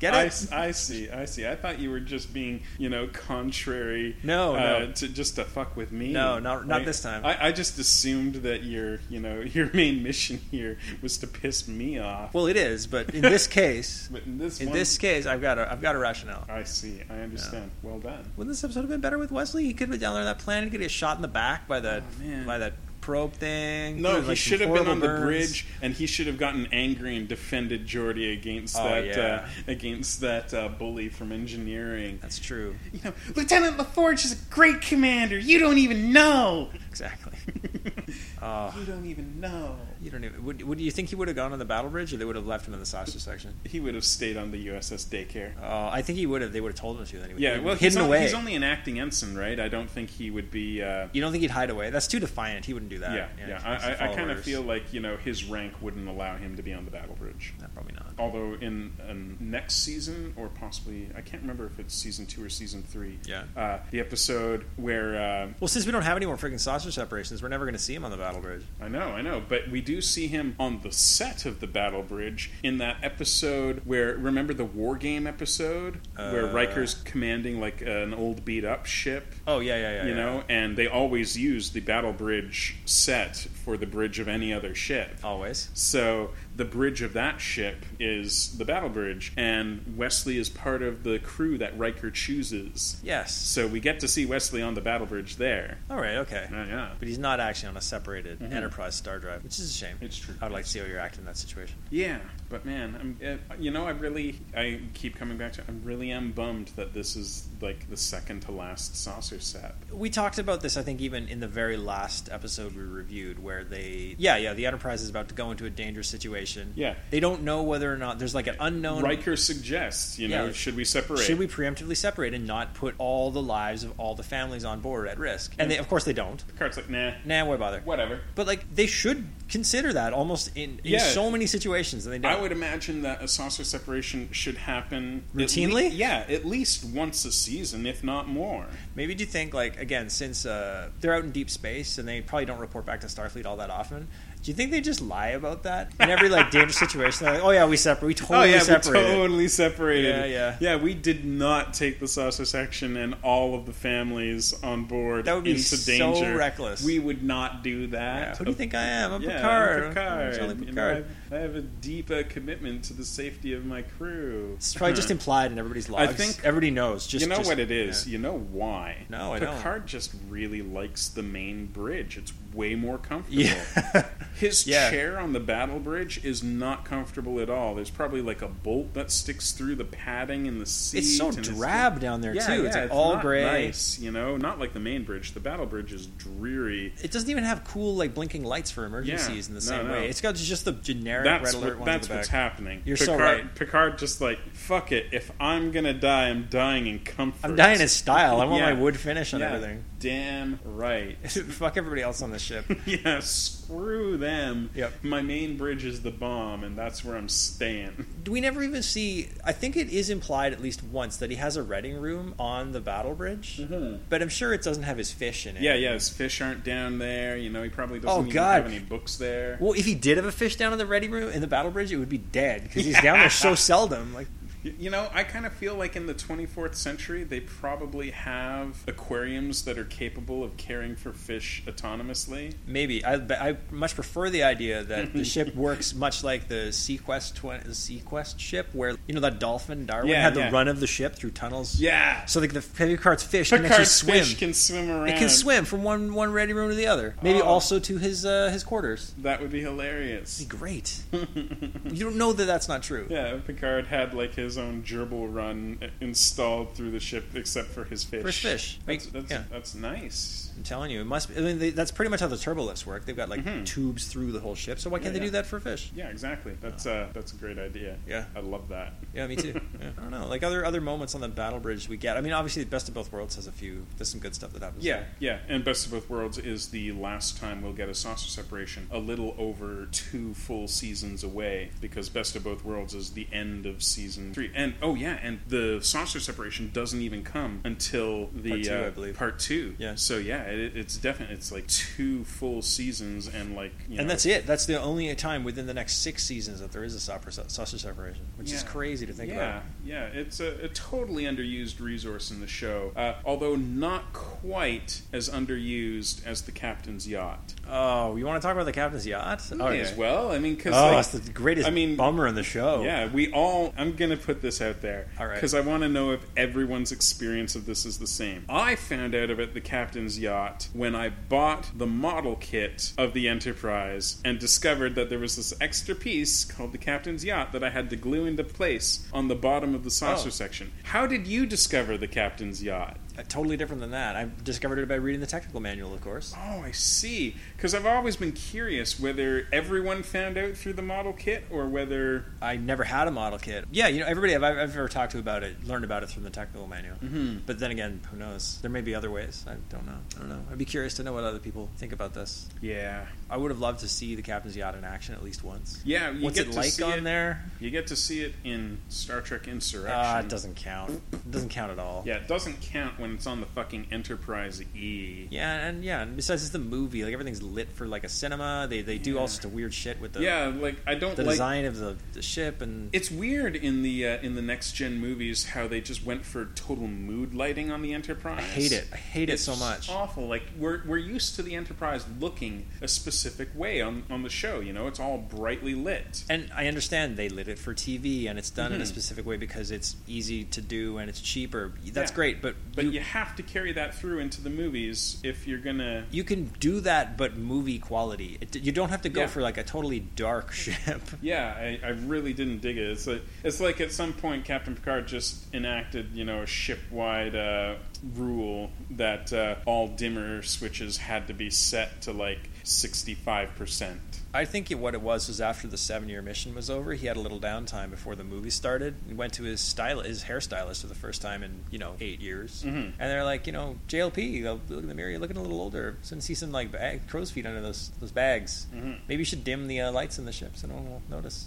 Speaker 2: Get
Speaker 1: I,
Speaker 2: it?
Speaker 1: s- I see. I see. I thought you were just being, you know, contrary.
Speaker 2: No,
Speaker 1: uh,
Speaker 2: no.
Speaker 1: To just to fuck with me.
Speaker 2: No, not- not
Speaker 1: I-
Speaker 2: this time.
Speaker 1: I, I just assumed that your, you know, your main mission here was to piss me off.
Speaker 2: Well, it is, but in this case,
Speaker 1: But in this
Speaker 2: In
Speaker 1: one,
Speaker 2: this case, I've got a I've got a rationale.
Speaker 1: I see. I understand. Well done.
Speaker 2: Wouldn't this episode have been better with Wesley? He could have been down there on that planet. He could get shot in the back by that
Speaker 1: Oh, man.
Speaker 2: by that probe thing.
Speaker 1: No,
Speaker 2: Would've,
Speaker 1: he
Speaker 2: like,
Speaker 1: should
Speaker 2: some
Speaker 1: have been on
Speaker 2: horrible
Speaker 1: the
Speaker 2: burns.
Speaker 1: bridge, and he should have gotten angry and defended Jordy against
Speaker 2: Oh,
Speaker 1: that
Speaker 2: yeah.
Speaker 1: uh, against that uh, bully from engineering.
Speaker 2: That's true.
Speaker 1: You know, Lieutenant LaForge is a great commander. You don't even know.
Speaker 2: Exactly.
Speaker 1: you
Speaker 2: Oh,
Speaker 1: don't even know.
Speaker 2: You don't even. Would, would you think he would have gone on the battle bridge, or they would have left him in the sausage section?
Speaker 1: He would have stayed on the USS Daycare.
Speaker 2: Oh, I think he would have. They would have told him to. Then he would,
Speaker 1: Yeah, well, he's,
Speaker 2: hidden
Speaker 1: on-
Speaker 2: away.
Speaker 1: he's only an acting ensign, right? I don't think he would be. Uh,
Speaker 2: you don't think he'd hide away? That's too defiant. He wouldn't do that.
Speaker 1: yeah, yeah.
Speaker 2: he needs
Speaker 1: I, I, I kind of
Speaker 2: followers.
Speaker 1: feel like you know his rank wouldn't allow him to be on the battle bridge.
Speaker 2: No, probably not.
Speaker 1: Although in um, next season, or possibly, I can't remember if it's season two or season three.
Speaker 2: Yeah.
Speaker 1: Uh, the episode where uh,
Speaker 2: Well, since we don't have any more freaking sausage separations, we're never going to see him on the battle bridge.
Speaker 1: uh, I know, I know, but we do see him on the set of the battle bridge in that episode where remember the war game episode where
Speaker 2: Uh.
Speaker 1: Riker's commanding like an old beat up ship.
Speaker 2: Oh yeah, yeah, yeah.
Speaker 1: You
Speaker 2: yeah.
Speaker 1: know, and they always use the battle bridge set for the bridge of any other ship.
Speaker 2: always.
Speaker 1: So the bridge of that ship is the battle bridge, and Wesley is part of the crew that Riker chooses.
Speaker 2: Yes.
Speaker 1: So we get to see Wesley on the battle bridge there.
Speaker 2: All right. Okay.
Speaker 1: Oh, yeah.
Speaker 2: But he's not actually on a separated Enterprise star drive, which is a shame.
Speaker 1: Mm-hmm. It's true.
Speaker 2: I would like to see how you're acting in that situation.
Speaker 1: Yeah, but man, I'm, uh, you know, I really, I keep coming back to, I really am bummed that this is like the second to last saucer set.
Speaker 2: We talked about this, I think, even in the very last episode we reviewed, where they, yeah, yeah, the Enterprise is about to go into a dangerous situation.
Speaker 1: Yeah.
Speaker 2: They don't know whether or not there's like an unknown.
Speaker 1: Riker suggests, you know,
Speaker 2: Yeah.
Speaker 1: should we separate?
Speaker 2: Should we preemptively separate and not put all the lives of all the families on board at risk? And they, of course, they don't.
Speaker 1: Picard's like, nah,
Speaker 2: Nah, why bother?
Speaker 1: whatever.
Speaker 2: But like, they should consider that almost in, in
Speaker 1: Yeah.
Speaker 2: so many situations, and they don't.
Speaker 1: I would imagine that a saucer separation should happen at
Speaker 2: Routinely?
Speaker 1: le- yeah, at least once a season, if not more.
Speaker 2: Maybe do you think like again, since uh, they're out in deep space and they probably don't report back to Starfleet all that often? Do you think they just lie about that in every like dangerous situation? They're like, oh yeah, we separate. We totally
Speaker 1: oh yeah,
Speaker 2: separated.
Speaker 1: we totally separated.
Speaker 2: Yeah, yeah.
Speaker 1: yeah. We did not take the saucer section and all of the families on board
Speaker 2: That would be
Speaker 1: into
Speaker 2: so
Speaker 1: danger.
Speaker 2: reckless.
Speaker 1: We would not do that.
Speaker 2: Yeah, Who do you think I am? I'm
Speaker 1: Yeah,
Speaker 2: Picard.
Speaker 1: I'm Picard.
Speaker 2: Charlie
Speaker 1: You know,
Speaker 2: Picard.
Speaker 1: I, I have a deep uh, commitment to the safety of my crew.
Speaker 2: It's probably just
Speaker 1: Huh.
Speaker 2: implied in everybody's logs.
Speaker 1: think-
Speaker 2: everybody knows. Just
Speaker 1: you know
Speaker 2: just-
Speaker 1: what it is.
Speaker 2: yeah.
Speaker 1: You know why.
Speaker 2: No, I don't.
Speaker 1: Picard just really likes the main bridge. It's way more comfortable.
Speaker 2: Yeah.
Speaker 1: His
Speaker 2: Yeah.
Speaker 1: chair on the battle bridge is not comfortable at all. There's probably like a bolt that sticks through the padding in the seat.
Speaker 2: it's so
Speaker 1: and
Speaker 2: drab down there
Speaker 1: Yeah,
Speaker 2: too.
Speaker 1: yeah,
Speaker 2: it's like all
Speaker 1: not
Speaker 2: gray.
Speaker 1: Nice, you know, not like the main bridge. The battle bridge is dreary.
Speaker 2: It doesn't even have cool like blinking lights for emergencies in the
Speaker 1: no,
Speaker 2: same
Speaker 1: no.
Speaker 2: way. It's got just the generic
Speaker 1: That's
Speaker 2: red alert
Speaker 1: what,
Speaker 2: ones at
Speaker 1: that's
Speaker 2: the
Speaker 1: what's
Speaker 2: back.
Speaker 1: happening.
Speaker 2: You're so
Speaker 1: Picard,
Speaker 2: right.
Speaker 1: Picard just like fuck it. If I'm gonna die, I'm dying in comfort.
Speaker 2: I'm dying in style. I want
Speaker 1: Yeah.
Speaker 2: my wood finish on
Speaker 1: Yeah,
Speaker 2: everything.
Speaker 1: Damn right.
Speaker 2: Fuck everybody else on this ship.
Speaker 1: yeah, screw them.
Speaker 2: Yep.
Speaker 1: My main bridge is the bomb, and that's where I'm staying.
Speaker 2: Do we never even see? I think it is implied at least once that he has a reading room on the battle bridge,
Speaker 1: Mhm.
Speaker 2: but I'm sure it doesn't have his fish in it.
Speaker 1: Yeah, yeah. His fish aren't down there. You know, he probably doesn't
Speaker 2: Oh,
Speaker 1: even
Speaker 2: God.
Speaker 1: have any books there.
Speaker 2: Well, if he did have a fish down in the ready room in the battle bridge, it would be dead because he's down there so seldom. Like,
Speaker 1: Y- You know, I kind of feel like in the 24th century, they probably have aquariums that are capable of caring for fish autonomously.
Speaker 2: Maybe I, but I much prefer the idea that the ship works much like the Sequest twen- the Sequest ship, where you know that dolphin Darwin
Speaker 1: Yeah,
Speaker 2: had the
Speaker 1: yeah.
Speaker 2: run of the ship through tunnels.
Speaker 1: Yeah.
Speaker 2: So like the Picard's fish can actually
Speaker 1: Picard's
Speaker 2: swim.
Speaker 1: fish can swim around.
Speaker 2: it can swim from one one ready room to the other. Maybe
Speaker 1: Oh.
Speaker 2: also to his uh, his quarters.
Speaker 1: That would be hilarious.
Speaker 2: It'd be great. you don't know that that's not true.
Speaker 1: Yeah, Picard had like his own gerbil run installed through the ship, except for his fish.
Speaker 2: For his fish.
Speaker 1: That's,
Speaker 2: Like,
Speaker 1: that's,
Speaker 2: yeah.
Speaker 1: that's nice.
Speaker 2: I'm telling you, it must. Be, I mean, they, that's pretty much how the turbolifts work. They've got like tubes through the whole ship. So why can't
Speaker 1: Mm-hmm. Yeah,
Speaker 2: they
Speaker 1: yeah.
Speaker 2: do that for fish?
Speaker 1: Yeah, exactly. That's uh, that's a great idea.
Speaker 2: Yeah.
Speaker 1: I love that.
Speaker 2: Yeah, me too. Yeah. I don't know. Like other other moments on the battle bridge we get. I mean, obviously, the best of both worlds has a few. There's some good stuff that happens.
Speaker 1: Yeah,
Speaker 2: there.
Speaker 1: yeah. And best of both worlds is the last time we'll get a saucer separation, a little over two full seasons away, because best of both worlds is the end of season three. And oh yeah, and the saucer separation doesn't even come until the
Speaker 2: Part two,
Speaker 1: uh,
Speaker 2: I believe.
Speaker 1: part two.
Speaker 2: Yeah.
Speaker 1: So yeah, it, it's definite. It's like two full seasons, and like you
Speaker 2: And
Speaker 1: know,
Speaker 2: that's it. That's the only time within the next six seasons that there is a saucer, saucer separation, which is
Speaker 1: Yeah.
Speaker 2: crazy to think
Speaker 1: yeah,
Speaker 2: about.
Speaker 1: Yeah, it's a, a totally underused resource in the show, uh, although not quite as underused as the captain's yacht.
Speaker 2: Oh, you want to talk about the captain's yacht?
Speaker 1: Might
Speaker 2: Okay.
Speaker 1: as well. I mean, because
Speaker 2: Oh,
Speaker 1: Oh, like,
Speaker 2: it's the greatest
Speaker 1: I mean,
Speaker 2: bummer in the show.
Speaker 1: yeah, we all. I'm gonna put this out there
Speaker 2: All right.
Speaker 1: because I want to know if everyone's experience of this is the same. I found out about the captain's yacht when I bought the model kit of the Enterprise and discovered that there was this extra piece called the captain's yacht that I had to glue into place on the bottom of the saucer
Speaker 2: Oh.
Speaker 1: section. How did you discover the captain's yacht?
Speaker 2: uh, totally different than that. I discovered it by reading the technical manual, of course.
Speaker 1: Oh, I see. Because I've always been curious whether everyone found out through the model kit or whether.
Speaker 2: I never had a model kit. Yeah, you know, everybody I've, I've ever talked to about it learned about it from the technical manual.
Speaker 1: Mhm.
Speaker 2: But then again, who knows? There may be other ways. I don't know. I don't know. I'd be curious to know what other people think about this.
Speaker 1: Yeah.
Speaker 2: I would have loved to see the captain's yacht in action at least once.
Speaker 1: Yeah, you
Speaker 2: What's
Speaker 1: get
Speaker 2: it
Speaker 1: to
Speaker 2: like
Speaker 1: see
Speaker 2: on
Speaker 1: it-
Speaker 2: there?
Speaker 1: You get to see it in Star Trek Insurrection.
Speaker 2: Ah, it doesn't count. It doesn't count at all.
Speaker 1: Yeah, it doesn't count when it's on the fucking Enterprise E.
Speaker 2: Yeah, and yeah, and besides it's the movie, like everything's lit for like a cinema. They they do
Speaker 1: Yeah.
Speaker 2: all sorts of weird shit with the
Speaker 1: Yeah, like I don't
Speaker 2: the
Speaker 1: like
Speaker 2: design of the, the ship and
Speaker 1: It's weird in the uh, in the next gen movies how they just went for total mood lighting on the Enterprise.
Speaker 2: I hate it. I hate
Speaker 1: It's
Speaker 2: it so much.
Speaker 1: Awful. Like we're we're used to the Enterprise looking a specific way on on the show. You know, it's all brightly lit.
Speaker 2: And I understand they lit it for TV and it's done in a
Speaker 1: Mhm.
Speaker 2: specific way because it's easy to do and it's cheaper. That's
Speaker 1: Yeah.
Speaker 2: great, but
Speaker 1: But
Speaker 2: you,
Speaker 1: you have to carry that through into the movies if you're gonna.
Speaker 2: you can do that, but movie quality. It, you don't have to go
Speaker 1: Yeah.
Speaker 2: for like a totally dark ship.
Speaker 1: Yeah, I, I really didn't dig it. It's like it's like at some point Captain Picard just enacted you know a ship wide uh, rule that uh, all dimmer switches had to be set to like sixty five percent.
Speaker 2: I think it, what it was was after the seven-year mission was over, he had a little downtime before the movie started. He went to his style, his hairstylist for the first time in you know eight years,
Speaker 1: Mhm.
Speaker 2: and they're like, you know, JLP, you know, look in the mirror, you're looking a little older. Starting to see some like bag, crow's feet under those those bags.
Speaker 1: Mhm.
Speaker 2: Maybe you should dim the uh, lights in the ship so no one will notice.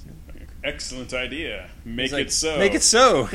Speaker 1: Excellent idea. Make
Speaker 2: He's like,
Speaker 1: it so.
Speaker 2: Make it so.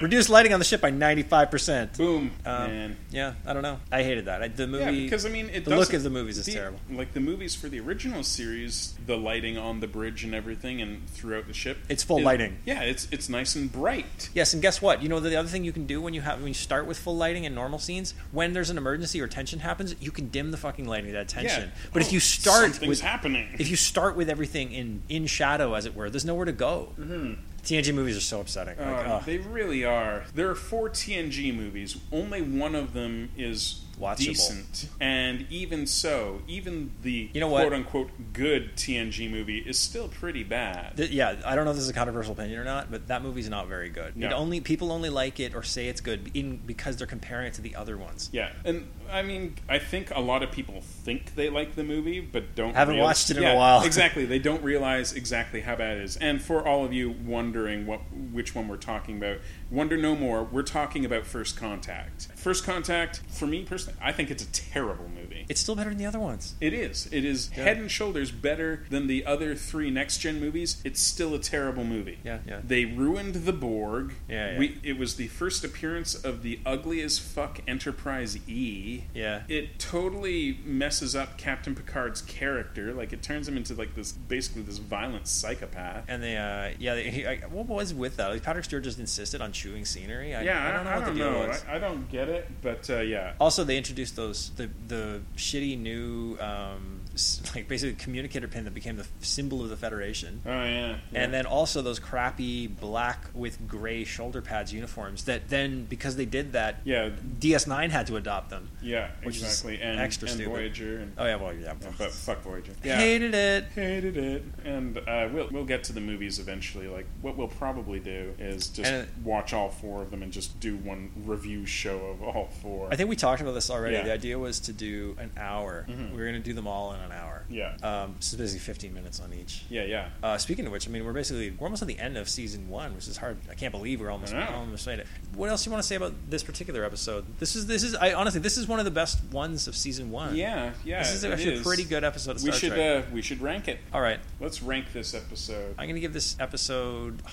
Speaker 2: Reduce lighting on the ship by ninety-five percent.
Speaker 1: Boom.
Speaker 2: Um,
Speaker 1: man.
Speaker 2: Yeah, I don't know. I hated that. I, the movie.
Speaker 1: yeah, because I mean, it
Speaker 2: the look
Speaker 1: doesn't-
Speaker 2: of the movies is terrible.
Speaker 1: Like the movies for the original series, the lighting on the bridge and everything, and throughout the ship,
Speaker 2: It's full
Speaker 1: it-
Speaker 2: lighting.
Speaker 1: Yeah, it's it's nice and bright.
Speaker 2: Yes, and guess what? You know the, the other thing you can do when you have when you start with full lighting in normal scenes, when there's an emergency or tension happens, you can dim the fucking lighting of that tension. But
Speaker 1: Oh,
Speaker 2: if you start
Speaker 1: something's
Speaker 2: with
Speaker 1: happening.
Speaker 2: if you start with everything in in shadow, as it were, there's nowhere to go. TNG movies are so upsetting.
Speaker 1: Mm-hmm. Uh,
Speaker 2: like, ugh.
Speaker 1: They really are. There are four TNG movies. Only one of them is
Speaker 2: Watchable.
Speaker 1: decent, and even so, even the
Speaker 2: You know what?
Speaker 1: quote unquote good TNG movie is still pretty bad.
Speaker 2: Th- yeah, I don't know if this is a controversial opinion or not, but that movie's not very good. It
Speaker 1: No.
Speaker 2: only people only like it or say it's good in because they're comparing it to the other ones.
Speaker 1: Yeah, and I mean, I think a lot of people think they like the movie, but don't
Speaker 2: Haven't watched it in a while.
Speaker 1: Exactly, they don't realize exactly how bad it is. And for all of you wondering what which one we're talking about, wonder no more. We're talking about First Contact. First Contact, for me personally, I think it's a terrible movie.
Speaker 2: It's still better than the other ones.
Speaker 1: It is. It is
Speaker 2: Yeah.
Speaker 1: head and shoulders better than the other three next gen movies. It's still a terrible movie.
Speaker 2: Yeah, yeah.
Speaker 1: They ruined the Borg.
Speaker 2: Yeah, yeah.
Speaker 1: We, it was the first appearance of the ugly as fuck Enterprise E.
Speaker 2: Yeah.
Speaker 1: It totally messes up Captain Picard's character. Like it turns him into like this basically this violent psychopath.
Speaker 2: And they, uh, yeah, they, he, I, what was with that? Like Patrick Stewart just insisted on chewing scenery. I,
Speaker 1: yeah,
Speaker 2: I don't know what the deal was.
Speaker 1: I, I don't get it, but uh, yeah.
Speaker 2: also, they introduced those the the shitty new um, s- like basically communicator pin that became the symbol of the Federation,
Speaker 1: Oh yeah. yeah.
Speaker 2: and then also those crappy black with gray shoulder pads uniforms that then because they did that,
Speaker 1: yeah,
Speaker 2: DS9 had to adopt them.
Speaker 1: yeah,
Speaker 2: Which is
Speaker 1: exactly. and
Speaker 2: extra
Speaker 1: and
Speaker 2: stupid.
Speaker 1: Voyager and
Speaker 2: Oh yeah, well yeah,
Speaker 1: Yeah, but fuck Voyager.
Speaker 2: hated it.
Speaker 1: Hated it. And uh, we'll we'll get to the movies eventually. Like what we'll probably do is just
Speaker 2: And- uh,
Speaker 1: watch all four of them and just do one review show of all four.
Speaker 2: I think we talked about this already.
Speaker 1: Yeah.
Speaker 2: The idea was to do an hour.
Speaker 1: Mhm.
Speaker 2: We were going to do them all in an hour.
Speaker 1: Yeah.
Speaker 2: Um, so basically 15 minutes on each.
Speaker 1: yeah, yeah.
Speaker 2: Uh, speaking of which, I mean, we're basically we're almost at the end of season one, which is hard. I can't believe we're almost
Speaker 1: I know.
Speaker 2: almost made it. What else you want to say about this particular episode? This is this is I honestly this is one of the best ones of season one.
Speaker 1: Yeah, yeah.
Speaker 2: this is
Speaker 1: it
Speaker 2: actually a pretty good episode. Of
Speaker 1: We
Speaker 2: Star
Speaker 1: should
Speaker 2: Trek.
Speaker 1: uh, we should rank it.
Speaker 2: All right,
Speaker 1: Let's rank this episode.
Speaker 2: I'm gonna give this episode.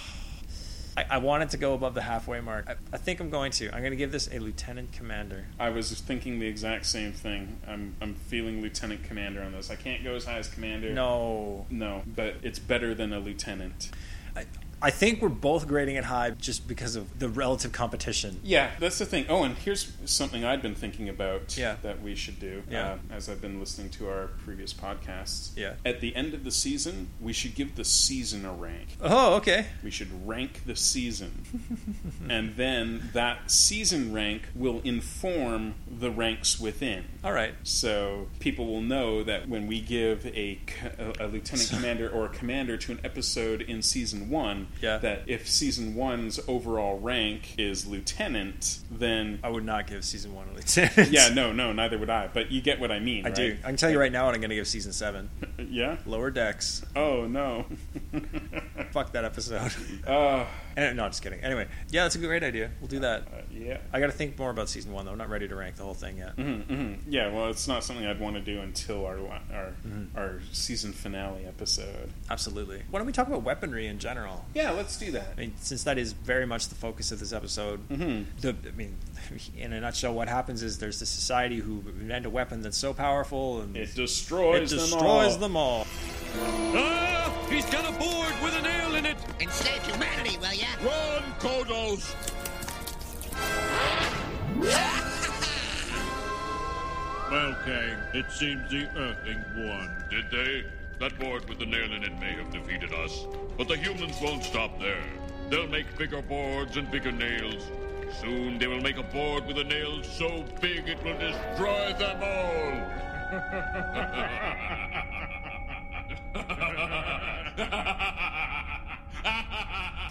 Speaker 2: I, I wanted to go above the halfway mark. I, I think I'm going to. I'm gonna give this a lieutenant commander.
Speaker 1: I was thinking the exact same thing. I'm I'm feeling lieutenant commander on this. I can't go as high as commander.
Speaker 2: No,
Speaker 1: No, but it's better than a lieutenant.
Speaker 2: I, I think we're both grading it high just because of the relative competition.
Speaker 1: Yeah, that's the thing. Oh, and here's something I'd been thinking about
Speaker 2: Yeah.
Speaker 1: that we should do
Speaker 2: Yeah.
Speaker 1: uh, as I've been listening to our previous podcasts.
Speaker 2: Yeah.
Speaker 1: At the end of the season, we should give the season a rank.
Speaker 2: Oh, okay.
Speaker 1: We should rank the season. and then that season rank will inform the ranks within.
Speaker 2: All right.
Speaker 1: So people will know that when we give a, c- a- a lieutenant
Speaker 2: So-
Speaker 1: commander or a commander to an episode in season one, one.
Speaker 2: Yeah.
Speaker 1: That if season one's overall rank is lieutenant, then
Speaker 2: I would not give season one a lieutenant.
Speaker 1: yeah, no, no, neither would I. But you get what I mean.
Speaker 2: I
Speaker 1: right?
Speaker 2: do. I can tell you right now what I'm going to give season seven.
Speaker 1: Yeah.
Speaker 2: Lower decks.
Speaker 1: Oh no.
Speaker 2: Fuck that episode.
Speaker 1: uh,
Speaker 2: And- no, I'm just kidding. Anyway, yeah, that's a great idea. We'll do that.
Speaker 1: yeah.
Speaker 2: I got to think more about season one though. I'm not ready to rank the whole thing yet.
Speaker 1: hmm Yeah, well, it's not something I'd want to do until our la- our
Speaker 2: Mm-hmm.
Speaker 1: our season finale episode.
Speaker 2: Absolutely. Why don't we talk about weaponry in general?
Speaker 1: Yeah, let's do that.
Speaker 2: I mean, since that is very much the focus of this episode,
Speaker 1: Mhm.
Speaker 2: the, I mean, in a nutshell, what happens is there's this society who invent a weapon that's so powerful and
Speaker 1: It
Speaker 2: it
Speaker 1: destroys,
Speaker 2: destroys
Speaker 1: them all.
Speaker 2: them all.
Speaker 3: Ah! He's got a board with a nail in it!
Speaker 4: and save humanity, will ya?
Speaker 3: Run, Kodos! Well, Kang, it seems the Earthling won.
Speaker 5: Did they? That board with the nail in it may have defeated us, but the humans won't stop there. They'll make bigger boards and bigger nails. Soon they will make a board with a nail so big it will destroy them all.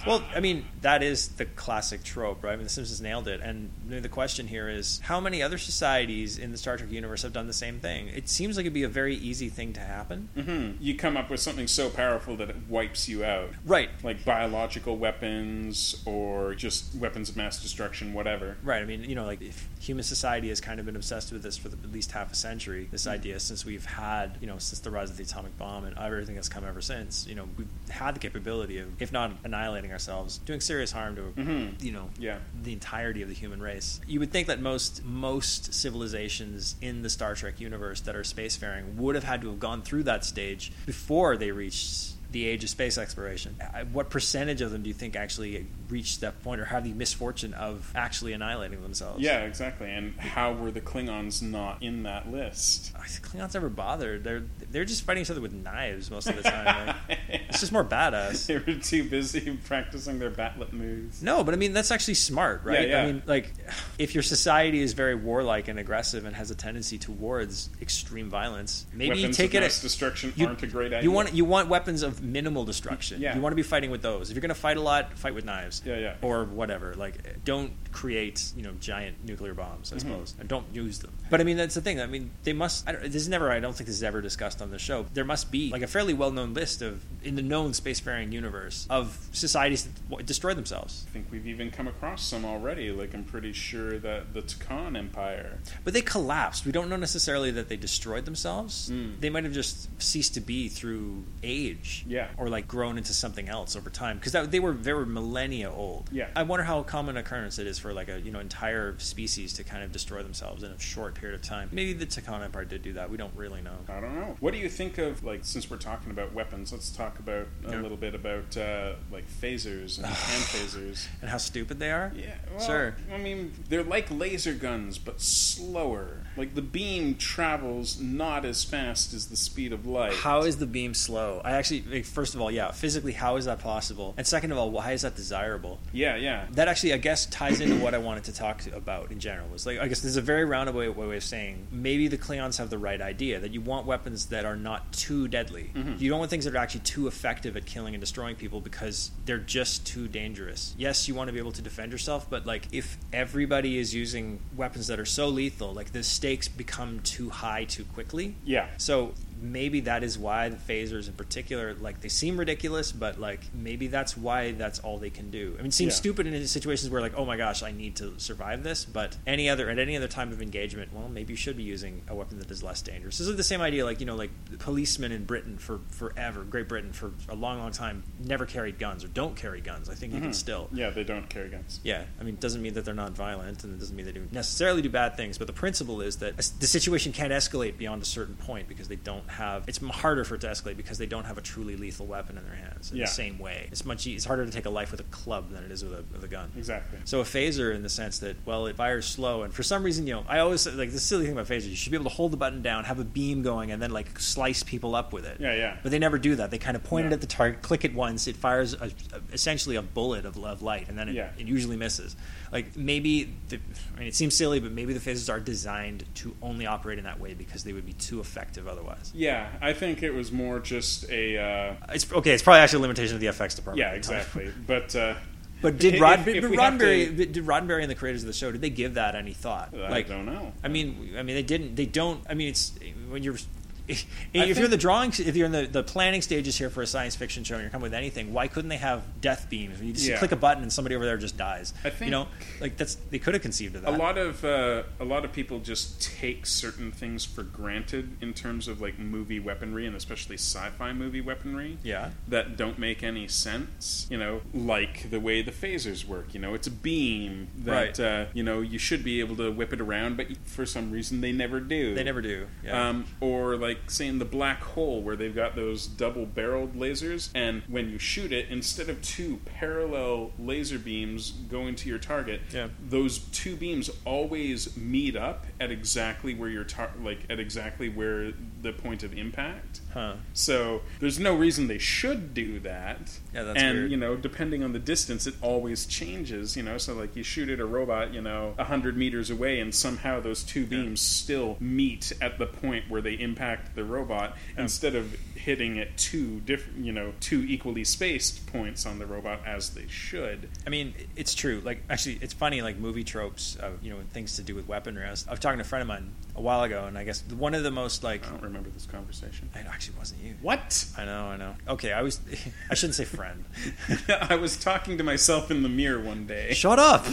Speaker 2: Well, I mean, that is the classic trope, right? I mean, The Simpsons nailed it. And you know, the question here is how many other societies in the Star Trek universe have done the same thing? It seems like it'd be a very easy thing to happen.
Speaker 1: You come up with something so powerful that it wipes you out.
Speaker 2: Right.
Speaker 1: Like biological weapons or just weapons of mass destruction, whatever.
Speaker 2: Right. I mean, you know, like if human society has kind of been obsessed with this for the, at least half a century, this idea since we've had, you know, since the rise of the atomic bomb and everything that's come ever since, you know, we've had the capability of, if not annihilating ourselves, doing serious harm to, you know,
Speaker 1: Yeah.
Speaker 2: the entirety of the human race. You would think that most most civilizations in the Star Trek universe that are spacefaring would have had to have gone through that stage before they reached the age of space exploration. Uh, What percentage of them do you think actually reached that point or have the misfortune of actually annihilating themselves?
Speaker 1: Yeah, exactly. And how were the Klingons not in that list?
Speaker 2: I think Klingons never bothered. They're they're just fighting each other with knives most of the time. Like, it's just more badass.
Speaker 1: They were too busy practicing their batlet moves.
Speaker 2: No, but I mean that's actually smart, right?
Speaker 1: Yeah, yeah.
Speaker 2: I mean, like, if your society is very warlike and aggressive and has a tendency towards extreme violence, maybe you
Speaker 1: weapons
Speaker 2: take
Speaker 1: of
Speaker 2: it
Speaker 1: mass
Speaker 2: as
Speaker 1: destruction
Speaker 2: you,
Speaker 1: aren't a great idea.
Speaker 2: You want you want weapons of minimal destruction.
Speaker 1: Yeah.
Speaker 2: You want to be fighting with those. If you're going to fight a lot, fight with knives.
Speaker 1: Yeah, yeah.
Speaker 2: Or whatever. Like, don't create you know giant nuclear bombs.
Speaker 1: Mm-hmm.
Speaker 2: I suppose, and don't use them. But I mean, that's the thing. I mean, they must. I don't, this is never. I don't think this is ever discussed on the show. There must be like a fairly well-known list of in the known spacefaring universe of societies that w- destroy themselves.
Speaker 1: I think we've even come across some already. Like I'm pretty sure that the Takan Empire.
Speaker 2: But they collapsed. We don't know necessarily that they destroyed themselves.
Speaker 1: Mm.
Speaker 2: They might have just ceased to be through age,
Speaker 1: Yeah.
Speaker 2: or like grown into something else over time. Because they were they were millennia old.
Speaker 1: Yeah.
Speaker 2: I wonder how common occurrence it is for like a you know entire species to kind of destroy themselves in a short period of time. Maybe the Takan Empire did do that. We don't really know.
Speaker 1: I don't know. What do you think of like since we're talking about weapons? Let's talk about a
Speaker 2: Yeah.
Speaker 1: little bit about uh, like phasers and hand phasers.
Speaker 2: And how stupid they are.
Speaker 1: Yeah, well,
Speaker 2: Sure.
Speaker 1: I mean, they're like laser guns, but slower. Like the beam travels not as fast as the speed of light.
Speaker 2: How is the beam slow? I actually, like, first of all, yeah, physically, how is that possible? And second of all, why is that desirable?
Speaker 1: Yeah, yeah.
Speaker 2: that actually i guess ties into what i wanted to talk about in general was like i guess this is a very roundabout way, way of saying maybe the klingons have the right idea that you want weapons that are not too deadly
Speaker 1: Mm-hmm.
Speaker 2: you don't want things that are actually too effective at killing and destroying people because they're just too dangerous yes you want to be able to defend yourself but like if everybody is using weapons that are so lethal like the stakes become too high too quickly
Speaker 1: Yeah.
Speaker 2: so maybe that is why the phasers in particular, like they seem ridiculous, but like maybe that's why that's all they can do. I mean, it seems
Speaker 1: Yeah.
Speaker 2: stupid in situations where like, oh my gosh, I need to survive this, but any other at any other time of engagement, well, maybe you should be using a weapon that is less dangerous. This is the same idea, like you know, like policemen in Britain for forever, Great Britain for a long, long time, never carried guns or don't carry guns. I think you can still.
Speaker 1: Mm-hmm. Yeah, they don't carry guns.
Speaker 2: Yeah, I mean, it doesn't mean that they're not violent, and it doesn't mean they do necessarily do bad things. But the principle is that the situation can't escalate beyond a certain point because they don't have. It's m- harder for it to escalate because they don't have a truly lethal weapon in their hands. In
Speaker 1: Yeah.
Speaker 2: the same way, it's much. e- It's harder to take a life with a club than it is with a, with a gun.
Speaker 1: Exactly.
Speaker 2: So a phaser, in the sense that, well, it fires slow, and for some reason, you know, I always like the silly thing about phasers. You should be able to hold the button down, have a beam going, and then like slice people up with it.
Speaker 1: Yeah, yeah.
Speaker 2: But they never do that. They kind of point it
Speaker 1: No.
Speaker 2: at the target, click it once, it fires a, a- essentially a bullet of, of light, and then it,
Speaker 1: Yeah.
Speaker 2: it usually misses. Like maybe, the, I mean, it seems silly, but maybe the phasers are designed to only operate in that way because they would be too effective otherwise.
Speaker 1: Yeah, I think it was more just a. Uh,
Speaker 2: It's okay. It's probably actually a limitation of the FX department.
Speaker 1: yeah,
Speaker 2: at the time.
Speaker 1: exactly. But uh,
Speaker 2: But did
Speaker 1: If-
Speaker 2: Rod,
Speaker 1: if- if
Speaker 2: but
Speaker 1: we have
Speaker 2: Roddenberry,
Speaker 1: to-
Speaker 2: but did Roddenberry and the creators of the show did they give that any thought?
Speaker 1: I don't know.
Speaker 2: I mean, I mean, they didn't. They don't. I mean, it's when you're. If
Speaker 1: think-
Speaker 2: you're in the drawing, if you're in the, the planning stages here for a science fiction show, and you're coming with anything, why couldn't they have death beams? You just
Speaker 1: Yeah.
Speaker 2: click a button and somebody over there just dies.
Speaker 1: I think-
Speaker 2: you know, like that's they could have conceived of
Speaker 1: a
Speaker 2: that.
Speaker 1: lot of uh, a lot of people just take certain things for granted in terms of like movie weaponry and especially sci-fi movie weaponry.
Speaker 2: Yeah.
Speaker 1: that don't make any sense. You know, like the way the phasers work. You know, it's a beam that
Speaker 2: Right.
Speaker 1: uh, you know you should be able to whip it around, but for some reason they never do.
Speaker 2: They never do. Yeah.
Speaker 1: Um, or like saying the black hole where they've got those double-barreled lasers, and when you shoot it, instead of two parallel laser beams going to your target,
Speaker 2: Yeah.
Speaker 1: those two beams always meet up at exactly where your tar- like at exactly where the point of impact.
Speaker 2: Huh.
Speaker 1: So there's no reason they should do that.
Speaker 2: Yeah, that's
Speaker 1: and
Speaker 2: weird.
Speaker 1: you know, depending on the distance, it always changes. You know, so like you shoot at a robot, you know, hundred meters away, and somehow those two beams still meet at the point where they impact the robot, instead of hitting at two different, you know, two equally spaced points on the robot as they should.
Speaker 2: I mean, it's true. Like, actually, it's funny. Like movie tropes, of, you know, and things to do with weaponry. I was, I was talking to a friend of mine a while ago, and I guess one of the most like
Speaker 1: I don't remember this conversation.
Speaker 2: it actually wasn't you.
Speaker 1: What?
Speaker 2: I know, I know. Okay, I was. I shouldn't say friend.
Speaker 1: I was talking to myself in the mirror one day.
Speaker 2: Shut up.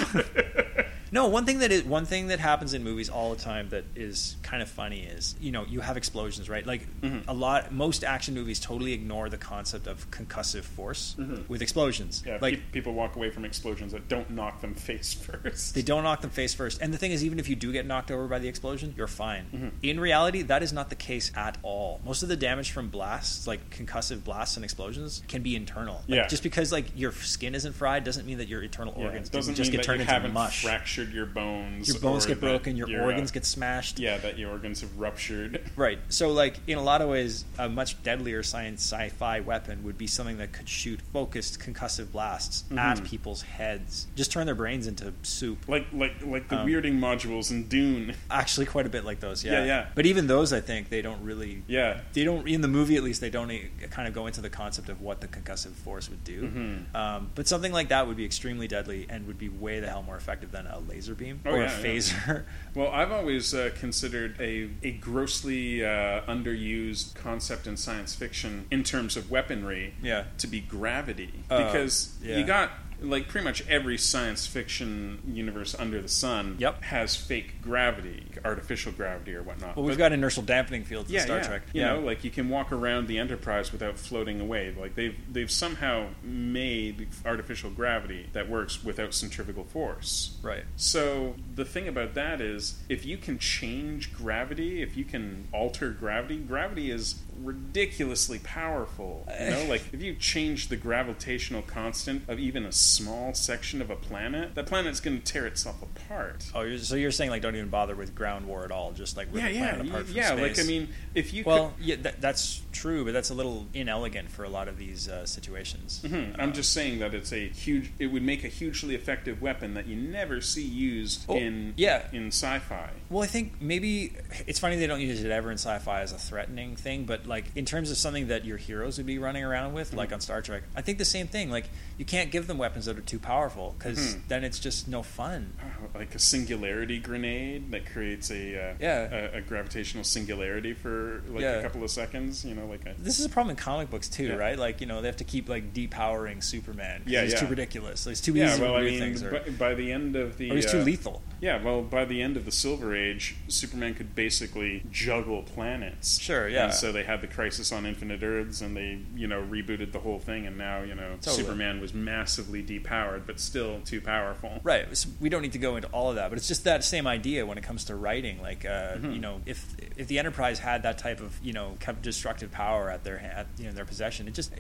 Speaker 2: No, one thing that is one thing that happens in movies all the time that is kind of funny is you know you have explosions right like
Speaker 1: Mm-hmm.
Speaker 2: a lot most action movies totally ignore the concept of concussive force with explosions
Speaker 1: Mm-hmm. yeah,
Speaker 2: like
Speaker 1: pe- people walk away from explosions that don't knock them face first.
Speaker 2: They don't knock them face first. And the thing is, even if you do get knocked over by the explosion, you're fine.
Speaker 1: Mm-hmm.
Speaker 2: In reality, that is not the case at all. Most of the damage from blasts, like concussive blasts and explosions, can be internal. Like,
Speaker 1: Yeah.
Speaker 2: Just because like your skin isn't fried doesn't mean that your internal
Speaker 1: Yeah,
Speaker 2: organs
Speaker 1: it doesn't
Speaker 2: just
Speaker 1: mean that
Speaker 2: get turned
Speaker 1: you
Speaker 2: into
Speaker 1: haven't
Speaker 2: mush.
Speaker 1: fractured your bones.
Speaker 2: Your bones
Speaker 1: or
Speaker 2: get
Speaker 1: that
Speaker 2: broken. Your
Speaker 1: your,
Speaker 2: organs
Speaker 1: uh,
Speaker 2: get smashed.
Speaker 1: yeah, that your organs have ruptured.
Speaker 2: Right. So, like, in a lot of ways, a much deadlier science sci-fi weapon would be something that could shoot focused concussive blasts
Speaker 1: Mm-hmm.
Speaker 2: at people's heads. Just turn their brains into soup.
Speaker 1: Like like like the
Speaker 2: Um,
Speaker 1: weirding modules in Dune.
Speaker 2: actually quite a bit like those. Yeah.
Speaker 1: Yeah, yeah.
Speaker 2: But even those, I think they don't really.
Speaker 1: Yeah.
Speaker 2: They don't in the movie at least. They don't e- kind of go into the concept of what the concussive force would do.
Speaker 1: Mm-hmm.
Speaker 2: Um, but something like that would be extremely deadly and would be way the hell more effective than a laser beam
Speaker 1: Oh,
Speaker 2: or
Speaker 1: yeah,
Speaker 2: a
Speaker 1: yeah.
Speaker 2: phaser.
Speaker 1: Well, I've always uh, considered a a grossly uh, underused concept in science fiction in terms of weaponry.
Speaker 2: Yeah.
Speaker 1: to be gravity
Speaker 2: Uh,
Speaker 1: because
Speaker 2: yeah.
Speaker 1: you got. Like pretty much every science fiction universe under the sun
Speaker 2: Yep.
Speaker 1: has fake gravity, artificial gravity, or whatnot.
Speaker 2: well, we've
Speaker 1: But-
Speaker 2: got inertial dampening fields in Star Trek.
Speaker 1: You
Speaker 2: yeah.
Speaker 1: know, like you can walk around the Enterprise without floating away. Like they've they've somehow made artificial gravity that works without centrifugal force.
Speaker 2: right.
Speaker 1: So the thing about that is, if you can change gravity, if you can alter gravity, gravity is ridiculously powerful. You know, like if you change the gravitational constant of even a small section of a planet, that planet's going to tear itself apart.
Speaker 2: Oh, you're, so you're saying like don't even bother with ground war at all, just like rip
Speaker 1: Yeah,
Speaker 2: the
Speaker 1: yeah,
Speaker 2: planet apart from
Speaker 1: yeah.
Speaker 2: space.
Speaker 1: Like I mean, if you could,
Speaker 2: Well, yeah, that, that's true, but that's a little inelegant for a lot of these uh, situations. Um,
Speaker 1: Hmm, I'm just saying that it's a huge. It would make a hugely effective weapon that you never see used
Speaker 2: Oh,
Speaker 1: in
Speaker 2: yeah.
Speaker 1: in sci-fi.
Speaker 2: Well, I think maybe it's funny they don't use it ever in sci-fi as a threatening thing, but like in terms of something that your heroes would be running around with,
Speaker 1: Mm-hmm.
Speaker 2: like on Star Trek, I think the same thing. Like you can't give them weapons that are too powerful because
Speaker 1: Mm-hmm.
Speaker 2: then it's just no fun.
Speaker 1: Uh, Like a singularity grenade that creates a uh,
Speaker 2: Yeah.
Speaker 1: a, a gravitational singularity for like a
Speaker 2: Yeah.
Speaker 1: couple of seconds. You know, like a,
Speaker 2: This is a problem in comic books too,
Speaker 1: Yeah.
Speaker 2: right? Like you know they have to keep like depowering Superman. 'cause
Speaker 1: Yeah,
Speaker 2: he's
Speaker 1: yeah.
Speaker 2: too ridiculous. Like, it's too
Speaker 1: yeah.
Speaker 2: easy
Speaker 1: Well,
Speaker 2: to
Speaker 1: I
Speaker 2: do
Speaker 1: mean,
Speaker 2: things, or,
Speaker 1: by, by the end of the
Speaker 2: or he's too
Speaker 1: uh,
Speaker 2: lethal.
Speaker 1: Yeah, well, by the end of the Silver Age, Superman could basically juggle planets.
Speaker 2: Sure, yeah.
Speaker 1: And so they had the Crisis on Infinite Earths, and they, you know, rebooted the whole thing, and now, you know,
Speaker 2: Totally.
Speaker 1: Superman was massively depowered, but still too powerful.
Speaker 2: Right. So we don't need to go into all of that, but it's just that same idea when it comes to writing. Like, uh, you know, if if the Enterprise had that type of you know kind of destructive power at their at, you know their possession, it just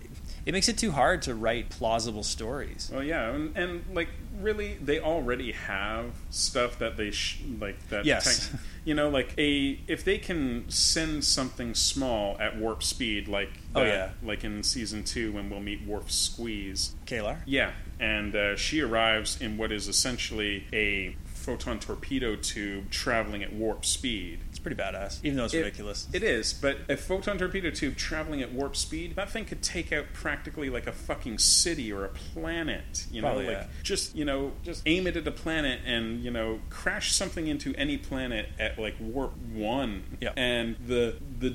Speaker 2: it makes it too hard to write plausible stories.
Speaker 1: Well, yeah, and, and like really, they already have stuff that they sh- like that.
Speaker 2: Yes.
Speaker 1: tech- you know, like a if they can send something small at warp speed, like
Speaker 2: Oh,
Speaker 1: that-
Speaker 2: yeah.
Speaker 1: like in season two when we'll meet Warp Squeeze.
Speaker 2: Kalar.
Speaker 1: Yeah, and uh, she arrives in what is essentially a photon torpedo tube traveling at warp speed.
Speaker 2: It's pretty badass, even though it's
Speaker 1: It-
Speaker 2: ridiculous.
Speaker 1: It is, but a photon torpedo tube traveling at warp speed, that thing could take out practically like a fucking city or a planet. You know,
Speaker 2: Probably,
Speaker 1: like
Speaker 2: yeah.
Speaker 1: just you know, just aim it at a planet and you know, crash something into any planet at like warp one.
Speaker 2: Yeah.
Speaker 1: and the the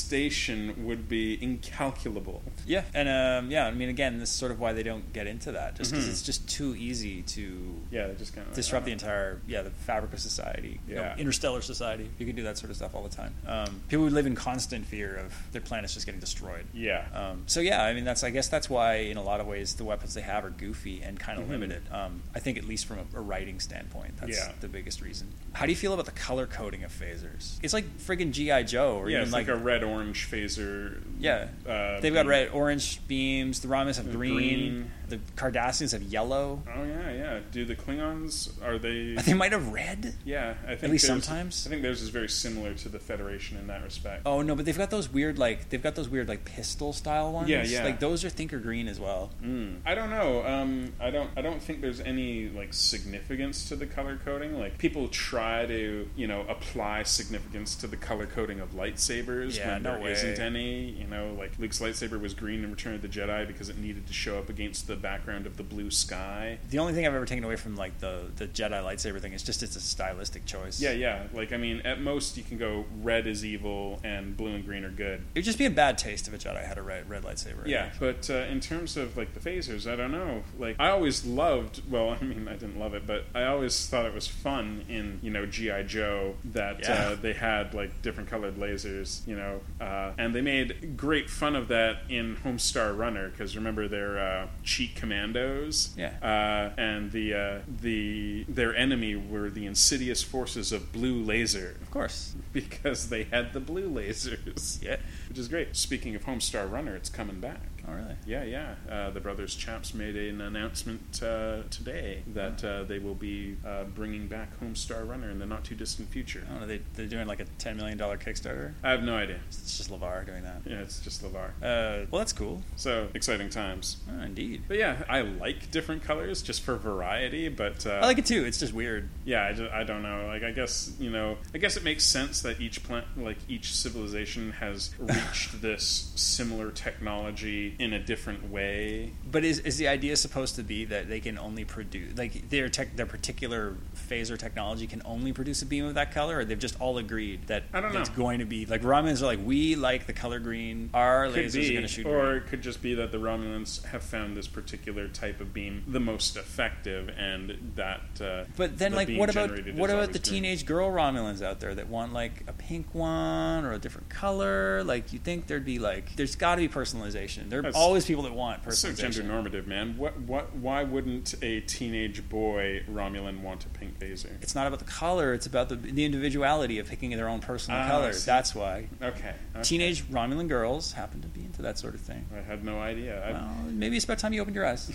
Speaker 1: devastation would be incalculable.
Speaker 2: yeah, and um, yeah, I mean, again, this is sort of why they don't get into that, just because it's just too easy to
Speaker 1: Yeah, they just uh, kind of
Speaker 2: disrupt the entire yeah the fabric of society you know,
Speaker 1: Yeah.
Speaker 2: interstellar society you can do that sort of stuff all the time um, people would live in constant fear of their planets just getting destroyed
Speaker 1: Yeah.
Speaker 2: um, so yeah i mean that's i guess that's why in a lot of ways the weapons they have are goofy and kind of limited um, i think at least from a, a writing standpoint that's
Speaker 1: Mm-hmm. Yeah.
Speaker 2: the biggest reason how do you feel about the color coding of phasers it's like friggin' gi joe or
Speaker 1: yeah,
Speaker 2: even
Speaker 1: it's like, a red orange phaser.
Speaker 2: yeah,
Speaker 1: uh,
Speaker 2: they've got red, orange beams. The Romulans have green.
Speaker 1: green.
Speaker 2: The Cardassians have yellow.
Speaker 1: Oh yeah, yeah. Do the Klingons are they?
Speaker 2: They might have red.
Speaker 1: Yeah, I think
Speaker 2: least
Speaker 1: theirs-
Speaker 2: sometimes.
Speaker 1: I think theirs is very similar to the Federation in that respect.
Speaker 2: Oh no, but they've got those weird like they've got those weird like pistol style ones.
Speaker 1: Yeah, yeah.
Speaker 2: Like those are thinker green as well.
Speaker 1: Hmm. I don't know. Um, I don't. I don't think there's any like significance to the color coding. Like people try to, you know, apply significance to the color coding of lightsabers
Speaker 2: Yeah,
Speaker 1: when
Speaker 2: no
Speaker 1: there
Speaker 2: way.
Speaker 1: not any. You know, like Luke's lightsaber was green in Return of the Jedi because it needed to show up against the background of the blue sky.
Speaker 2: The only thing I've ever taken away from like the the Jedi lightsaber thing is just it's a stylistic choice.
Speaker 1: Yeah, yeah. Like I mean, at most you can go red is evil and blue and green are good.
Speaker 2: It would just be a bad taste if a Jedi had a red red lightsaber.
Speaker 1: Yeah, but uh, in terms of like the phasers, I don't know. Like I always loved. Well, I mean, I didn't love it, but I always thought it was fun in you know GI Joe that
Speaker 2: Yeah.
Speaker 1: uh, they had like different colored lasers, you know, uh, and they made great fun of that in Homestar Runner because remember their uh, cheat commandos,
Speaker 2: Yeah.
Speaker 1: uh, and the uh, the their enemy were the insidious forces of blue laser
Speaker 2: Of course.
Speaker 1: because they had the blue lasers.
Speaker 2: Yeah.
Speaker 1: Which is great. Speaking of Homestar Runner, it's coming back.
Speaker 2: Oh really?
Speaker 1: Yeah, yeah. Uh, the Brothers Chaps made an announcement uh, today that uh, they will be uh, bringing back Homestar Runner in the not too distant future.
Speaker 2: I don't know. They they're doing like a ten million dollar Kickstarter.
Speaker 1: I have no idea.
Speaker 2: It's just Levar doing that.
Speaker 1: Yeah, it's just LeVar.
Speaker 2: Uh, well, that's cool.
Speaker 1: So exciting times.
Speaker 2: Oh, indeed.
Speaker 1: But yeah, I like different colors just for variety. But uh,
Speaker 2: I like it too. It's just weird.
Speaker 1: yeah, I, ju- I don't know. Like, I guess you know, I guess it makes sense that each plant, like each civilization, has reached this similar technology in a different way.
Speaker 2: But is, is the idea supposed to be that they can only produce like their tech their particular phaser technology can only produce a beam of that color, or they've just all agreed that
Speaker 1: I don't
Speaker 2: it's
Speaker 1: know.
Speaker 2: going to be like Romulans are like we like the color green, our
Speaker 1: Could
Speaker 2: lasers
Speaker 1: be,
Speaker 2: are going to shoot
Speaker 1: or
Speaker 2: green."
Speaker 1: it could just be that the Romulans have found this particular type of beam the most effective, and that. Uh,
Speaker 2: But then,
Speaker 1: the
Speaker 2: like,
Speaker 1: beam
Speaker 2: what about
Speaker 1: generated
Speaker 2: what
Speaker 1: is
Speaker 2: about
Speaker 1: always
Speaker 2: the
Speaker 1: green.
Speaker 2: teenage girl Romulans out there that want like a pink one or a different color? Like, you think there'd be like, there's got to be personalization. There are
Speaker 1: That's-
Speaker 2: always people that want personalization.
Speaker 1: It's so gender normative, man. What, what, why wouldn't a teenage boy Romulan want a pink phaser?
Speaker 2: It's not about the color; it's about the, the individuality of picking their own personal
Speaker 1: Ah, I
Speaker 2: color.
Speaker 1: see.
Speaker 2: That's why.
Speaker 1: Okay, okay.
Speaker 2: Teenage Romulan girls happen to be into that sort of thing.
Speaker 1: I had no idea. I-
Speaker 2: Well, maybe it's about time you opened your eyes.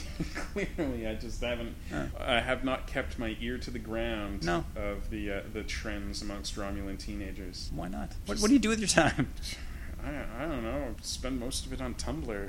Speaker 1: Clearly, I just haven't.
Speaker 2: Huh.
Speaker 1: I have not kept my ear to the ground
Speaker 2: No.
Speaker 1: of the uh, the trends amongst Romulan teenagers.
Speaker 2: Why not? What, what do you do with your time?
Speaker 1: I, I don't know. Spend most of it on Tumblr.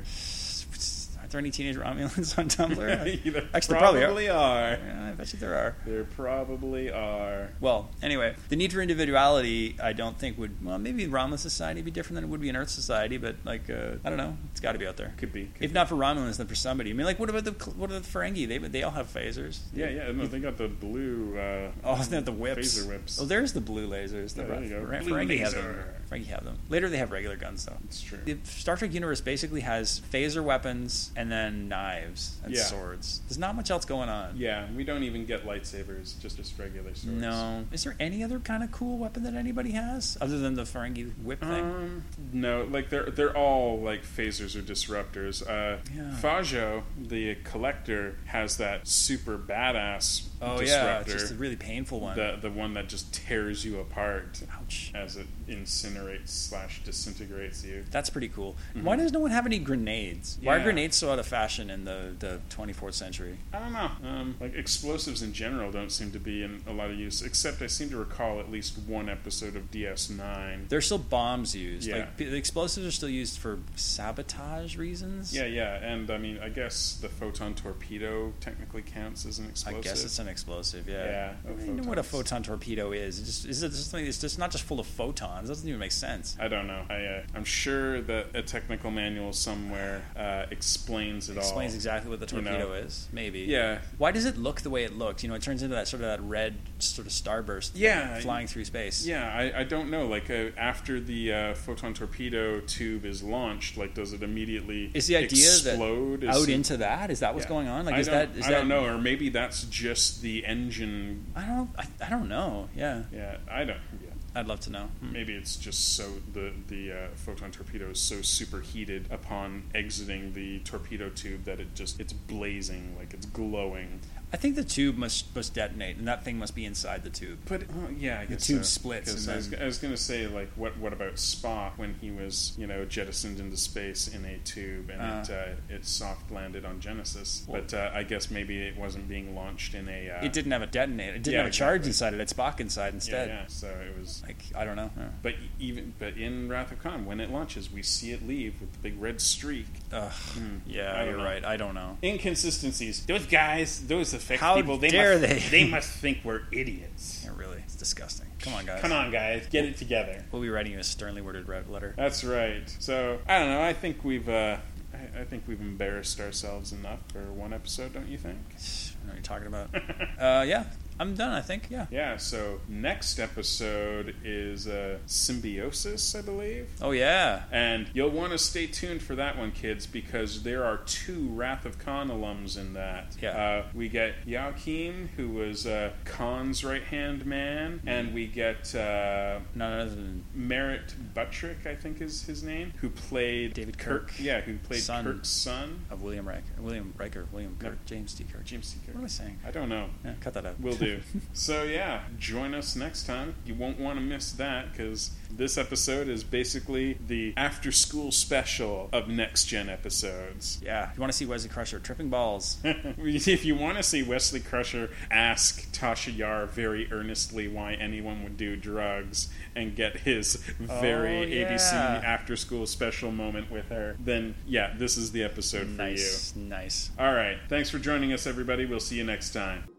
Speaker 2: Aren't there any teenage Romulans on Tumblr?
Speaker 1: There
Speaker 2: Actually, there
Speaker 1: probably,
Speaker 2: probably are.
Speaker 1: are.
Speaker 2: Yeah, I bet you there are.
Speaker 1: There probably are.
Speaker 2: Well, anyway, the need for individuality, I don't think would. Well, maybe Romulan society would be different than it would be in Earth society, but like, uh, I don't know. It's got to be out there.
Speaker 1: Could be. Could
Speaker 2: If not for Romulans, then for somebody. I mean, like, what about the what about the Ferengi? They they all have phasers.
Speaker 1: Yeah, yeah. No, they got the blue. Uh,
Speaker 2: Oh, isn't that the whips?
Speaker 1: Phaser whips.
Speaker 2: Oh, there's the blue lasers. The
Speaker 1: Yeah, there you go.
Speaker 2: Fer-
Speaker 1: Blue
Speaker 2: Ferengi have
Speaker 1: laser.
Speaker 2: them. Ferengi have them. Later, they have regular guns though.
Speaker 1: It's true.
Speaker 2: The Star Trek universe basically has phaser weapons and then knives and
Speaker 1: Yeah.
Speaker 2: swords. There's not much else going on.
Speaker 1: yeah, we don't even get lightsabers. Just just regular swords.
Speaker 2: No. Is there any other kind of cool weapon that anybody has other than the Ferengi whip thing?
Speaker 1: Um, no, like they're they're all like phasers or disruptors. Uh,
Speaker 2: Yeah.
Speaker 1: Fajo, the collector, has that super badass
Speaker 2: Oh
Speaker 1: disruptor.
Speaker 2: yeah, it's just a really painful one.
Speaker 1: the the one that just tears you apart
Speaker 2: Ouch.
Speaker 1: as it incinerates slash disintegrates you.
Speaker 2: That's pretty cool. Why does no one have any grenades? Why are
Speaker 1: Mm-hmm. Yeah.
Speaker 2: grenades so out of fashion in the, the 24th century.
Speaker 1: I don't know. Um, like explosives in general don't seem to be in a lot of use, except I seem to recall at least one episode of DS9.
Speaker 2: There's still bombs used.
Speaker 1: Yeah.
Speaker 2: Like, p- the explosives are still used for sabotage reasons.
Speaker 1: Yeah, yeah, and I mean, I guess the photon torpedo technically counts as an
Speaker 2: I
Speaker 1: explosive.
Speaker 2: guess it's an explosive, yeah.
Speaker 1: Yeah,
Speaker 2: I
Speaker 1: of
Speaker 2: don't know what a
Speaker 1: photons.
Speaker 2: photon torpedo is. It's just, is it just something, it's just not just full of photons. That doesn't even make sense.
Speaker 1: I don't know. I, uh, I'm sure that a technical manual somewhere uh, explains it all.
Speaker 2: Explains exactly what the
Speaker 1: You know.
Speaker 2: torpedo is, maybe.
Speaker 1: Yeah.
Speaker 2: Why does it look the way it looks? You know, it turns into that sort of that red sort of starburst. thing
Speaker 1: Yeah.
Speaker 2: Flying through space.
Speaker 1: Yeah, I, I don't know. Like uh, after the uh, photon torpedo tube is launched, like does it immediately
Speaker 2: Is the idea
Speaker 1: explode?
Speaker 2: that
Speaker 1: Is
Speaker 2: out
Speaker 1: it-
Speaker 2: into that? Is that what's
Speaker 1: Yeah.
Speaker 2: going on? Like,
Speaker 1: I
Speaker 2: is
Speaker 1: don't,
Speaker 2: that? Is
Speaker 1: I
Speaker 2: that,
Speaker 1: don't know, or maybe that's just the engine.
Speaker 2: I don't. I, I don't know. Yeah,
Speaker 1: Yeah, I don't. Yeah.
Speaker 2: I'd love to know. Hmm.
Speaker 1: Maybe it's just so the the uh, photon torpedo is so superheated upon exiting the torpedo tube that it just it's blazing like it's glowing.
Speaker 2: I think the tube must must detonate, and that thing must be inside the tube.
Speaker 1: But oh, yeah, I guess
Speaker 2: tube
Speaker 1: so.
Speaker 2: splits
Speaker 1: 'Cause
Speaker 2: and
Speaker 1: I, was,
Speaker 2: then-
Speaker 1: I was gonna say like what what about Spock when he was you know jettisoned into space in a tube and it
Speaker 2: Ah.
Speaker 1: uh, it soft landed on Genesis, but uh, I guess maybe it wasn't being launched in a uh,
Speaker 2: It didn't have a detonator. It didn't
Speaker 1: Yeah,
Speaker 2: have a charge
Speaker 1: exactly.
Speaker 2: inside it. It's Spock inside
Speaker 1: yeah,
Speaker 2: instead.
Speaker 1: yeah so it was
Speaker 2: Like I don't know. Yeah.
Speaker 1: but e, even but in Wrath of Khan when it launches we see it leave with the big red streak
Speaker 2: Ugh.
Speaker 1: Hmm. I
Speaker 2: yeah,
Speaker 1: don't
Speaker 2: you're
Speaker 1: know.
Speaker 2: right. I don't know.
Speaker 1: inconsistencies those guys those effects
Speaker 2: How
Speaker 1: people they
Speaker 2: dare
Speaker 1: must,
Speaker 2: they.
Speaker 1: they must think we're idiots.
Speaker 2: Yeah, really, it's disgusting. Come on, guys.
Speaker 1: Come on guys, get it together.
Speaker 2: We'll be writing you a sternly worded red letter.
Speaker 1: That's right. So I don't know. I think we've uh, I, I think we've embarrassed ourselves enough for one episode, don't you think?
Speaker 2: I know what you're talking about. uh, yeah, I'm done. I think. Yeah.
Speaker 1: Yeah. So next episode is uh, symbiosis, I believe.
Speaker 2: Oh yeah.
Speaker 1: And you'll want to stay tuned for that one, kids, because there are two Wrath of Khan alums in that.
Speaker 2: Yeah.
Speaker 1: Uh, we get Joachim, who was uh, Khan's right hand man, and we get uh,
Speaker 2: None other than
Speaker 1: Merritt Buttrick, I think is his name, who played
Speaker 2: David Kirk.
Speaker 1: Yeah, who played
Speaker 2: Son.
Speaker 1: Kirk's son.
Speaker 2: of William Riker, William Riker, William Kirk, James D. Kirk.
Speaker 1: James C. Kirk.
Speaker 2: What am I saying?
Speaker 1: I don't know.
Speaker 2: Yeah, cut that out.
Speaker 1: Will do. so yeah, join us next time. You won't want to miss that because this episode is basically the after-school special of next gen episodes.
Speaker 2: yeah. If you want to see Wesley Crusher tripping balls,
Speaker 1: if you want to see Wesley Crusher ask Tasha Yar very earnestly why anyone would do drugs and get his very
Speaker 2: Oh, yeah.
Speaker 1: ABC after-school special moment with her, then yeah, this is the episode for
Speaker 2: nice, nice.
Speaker 1: you. All right, thanks for joining us, everybody. We'll see you next time.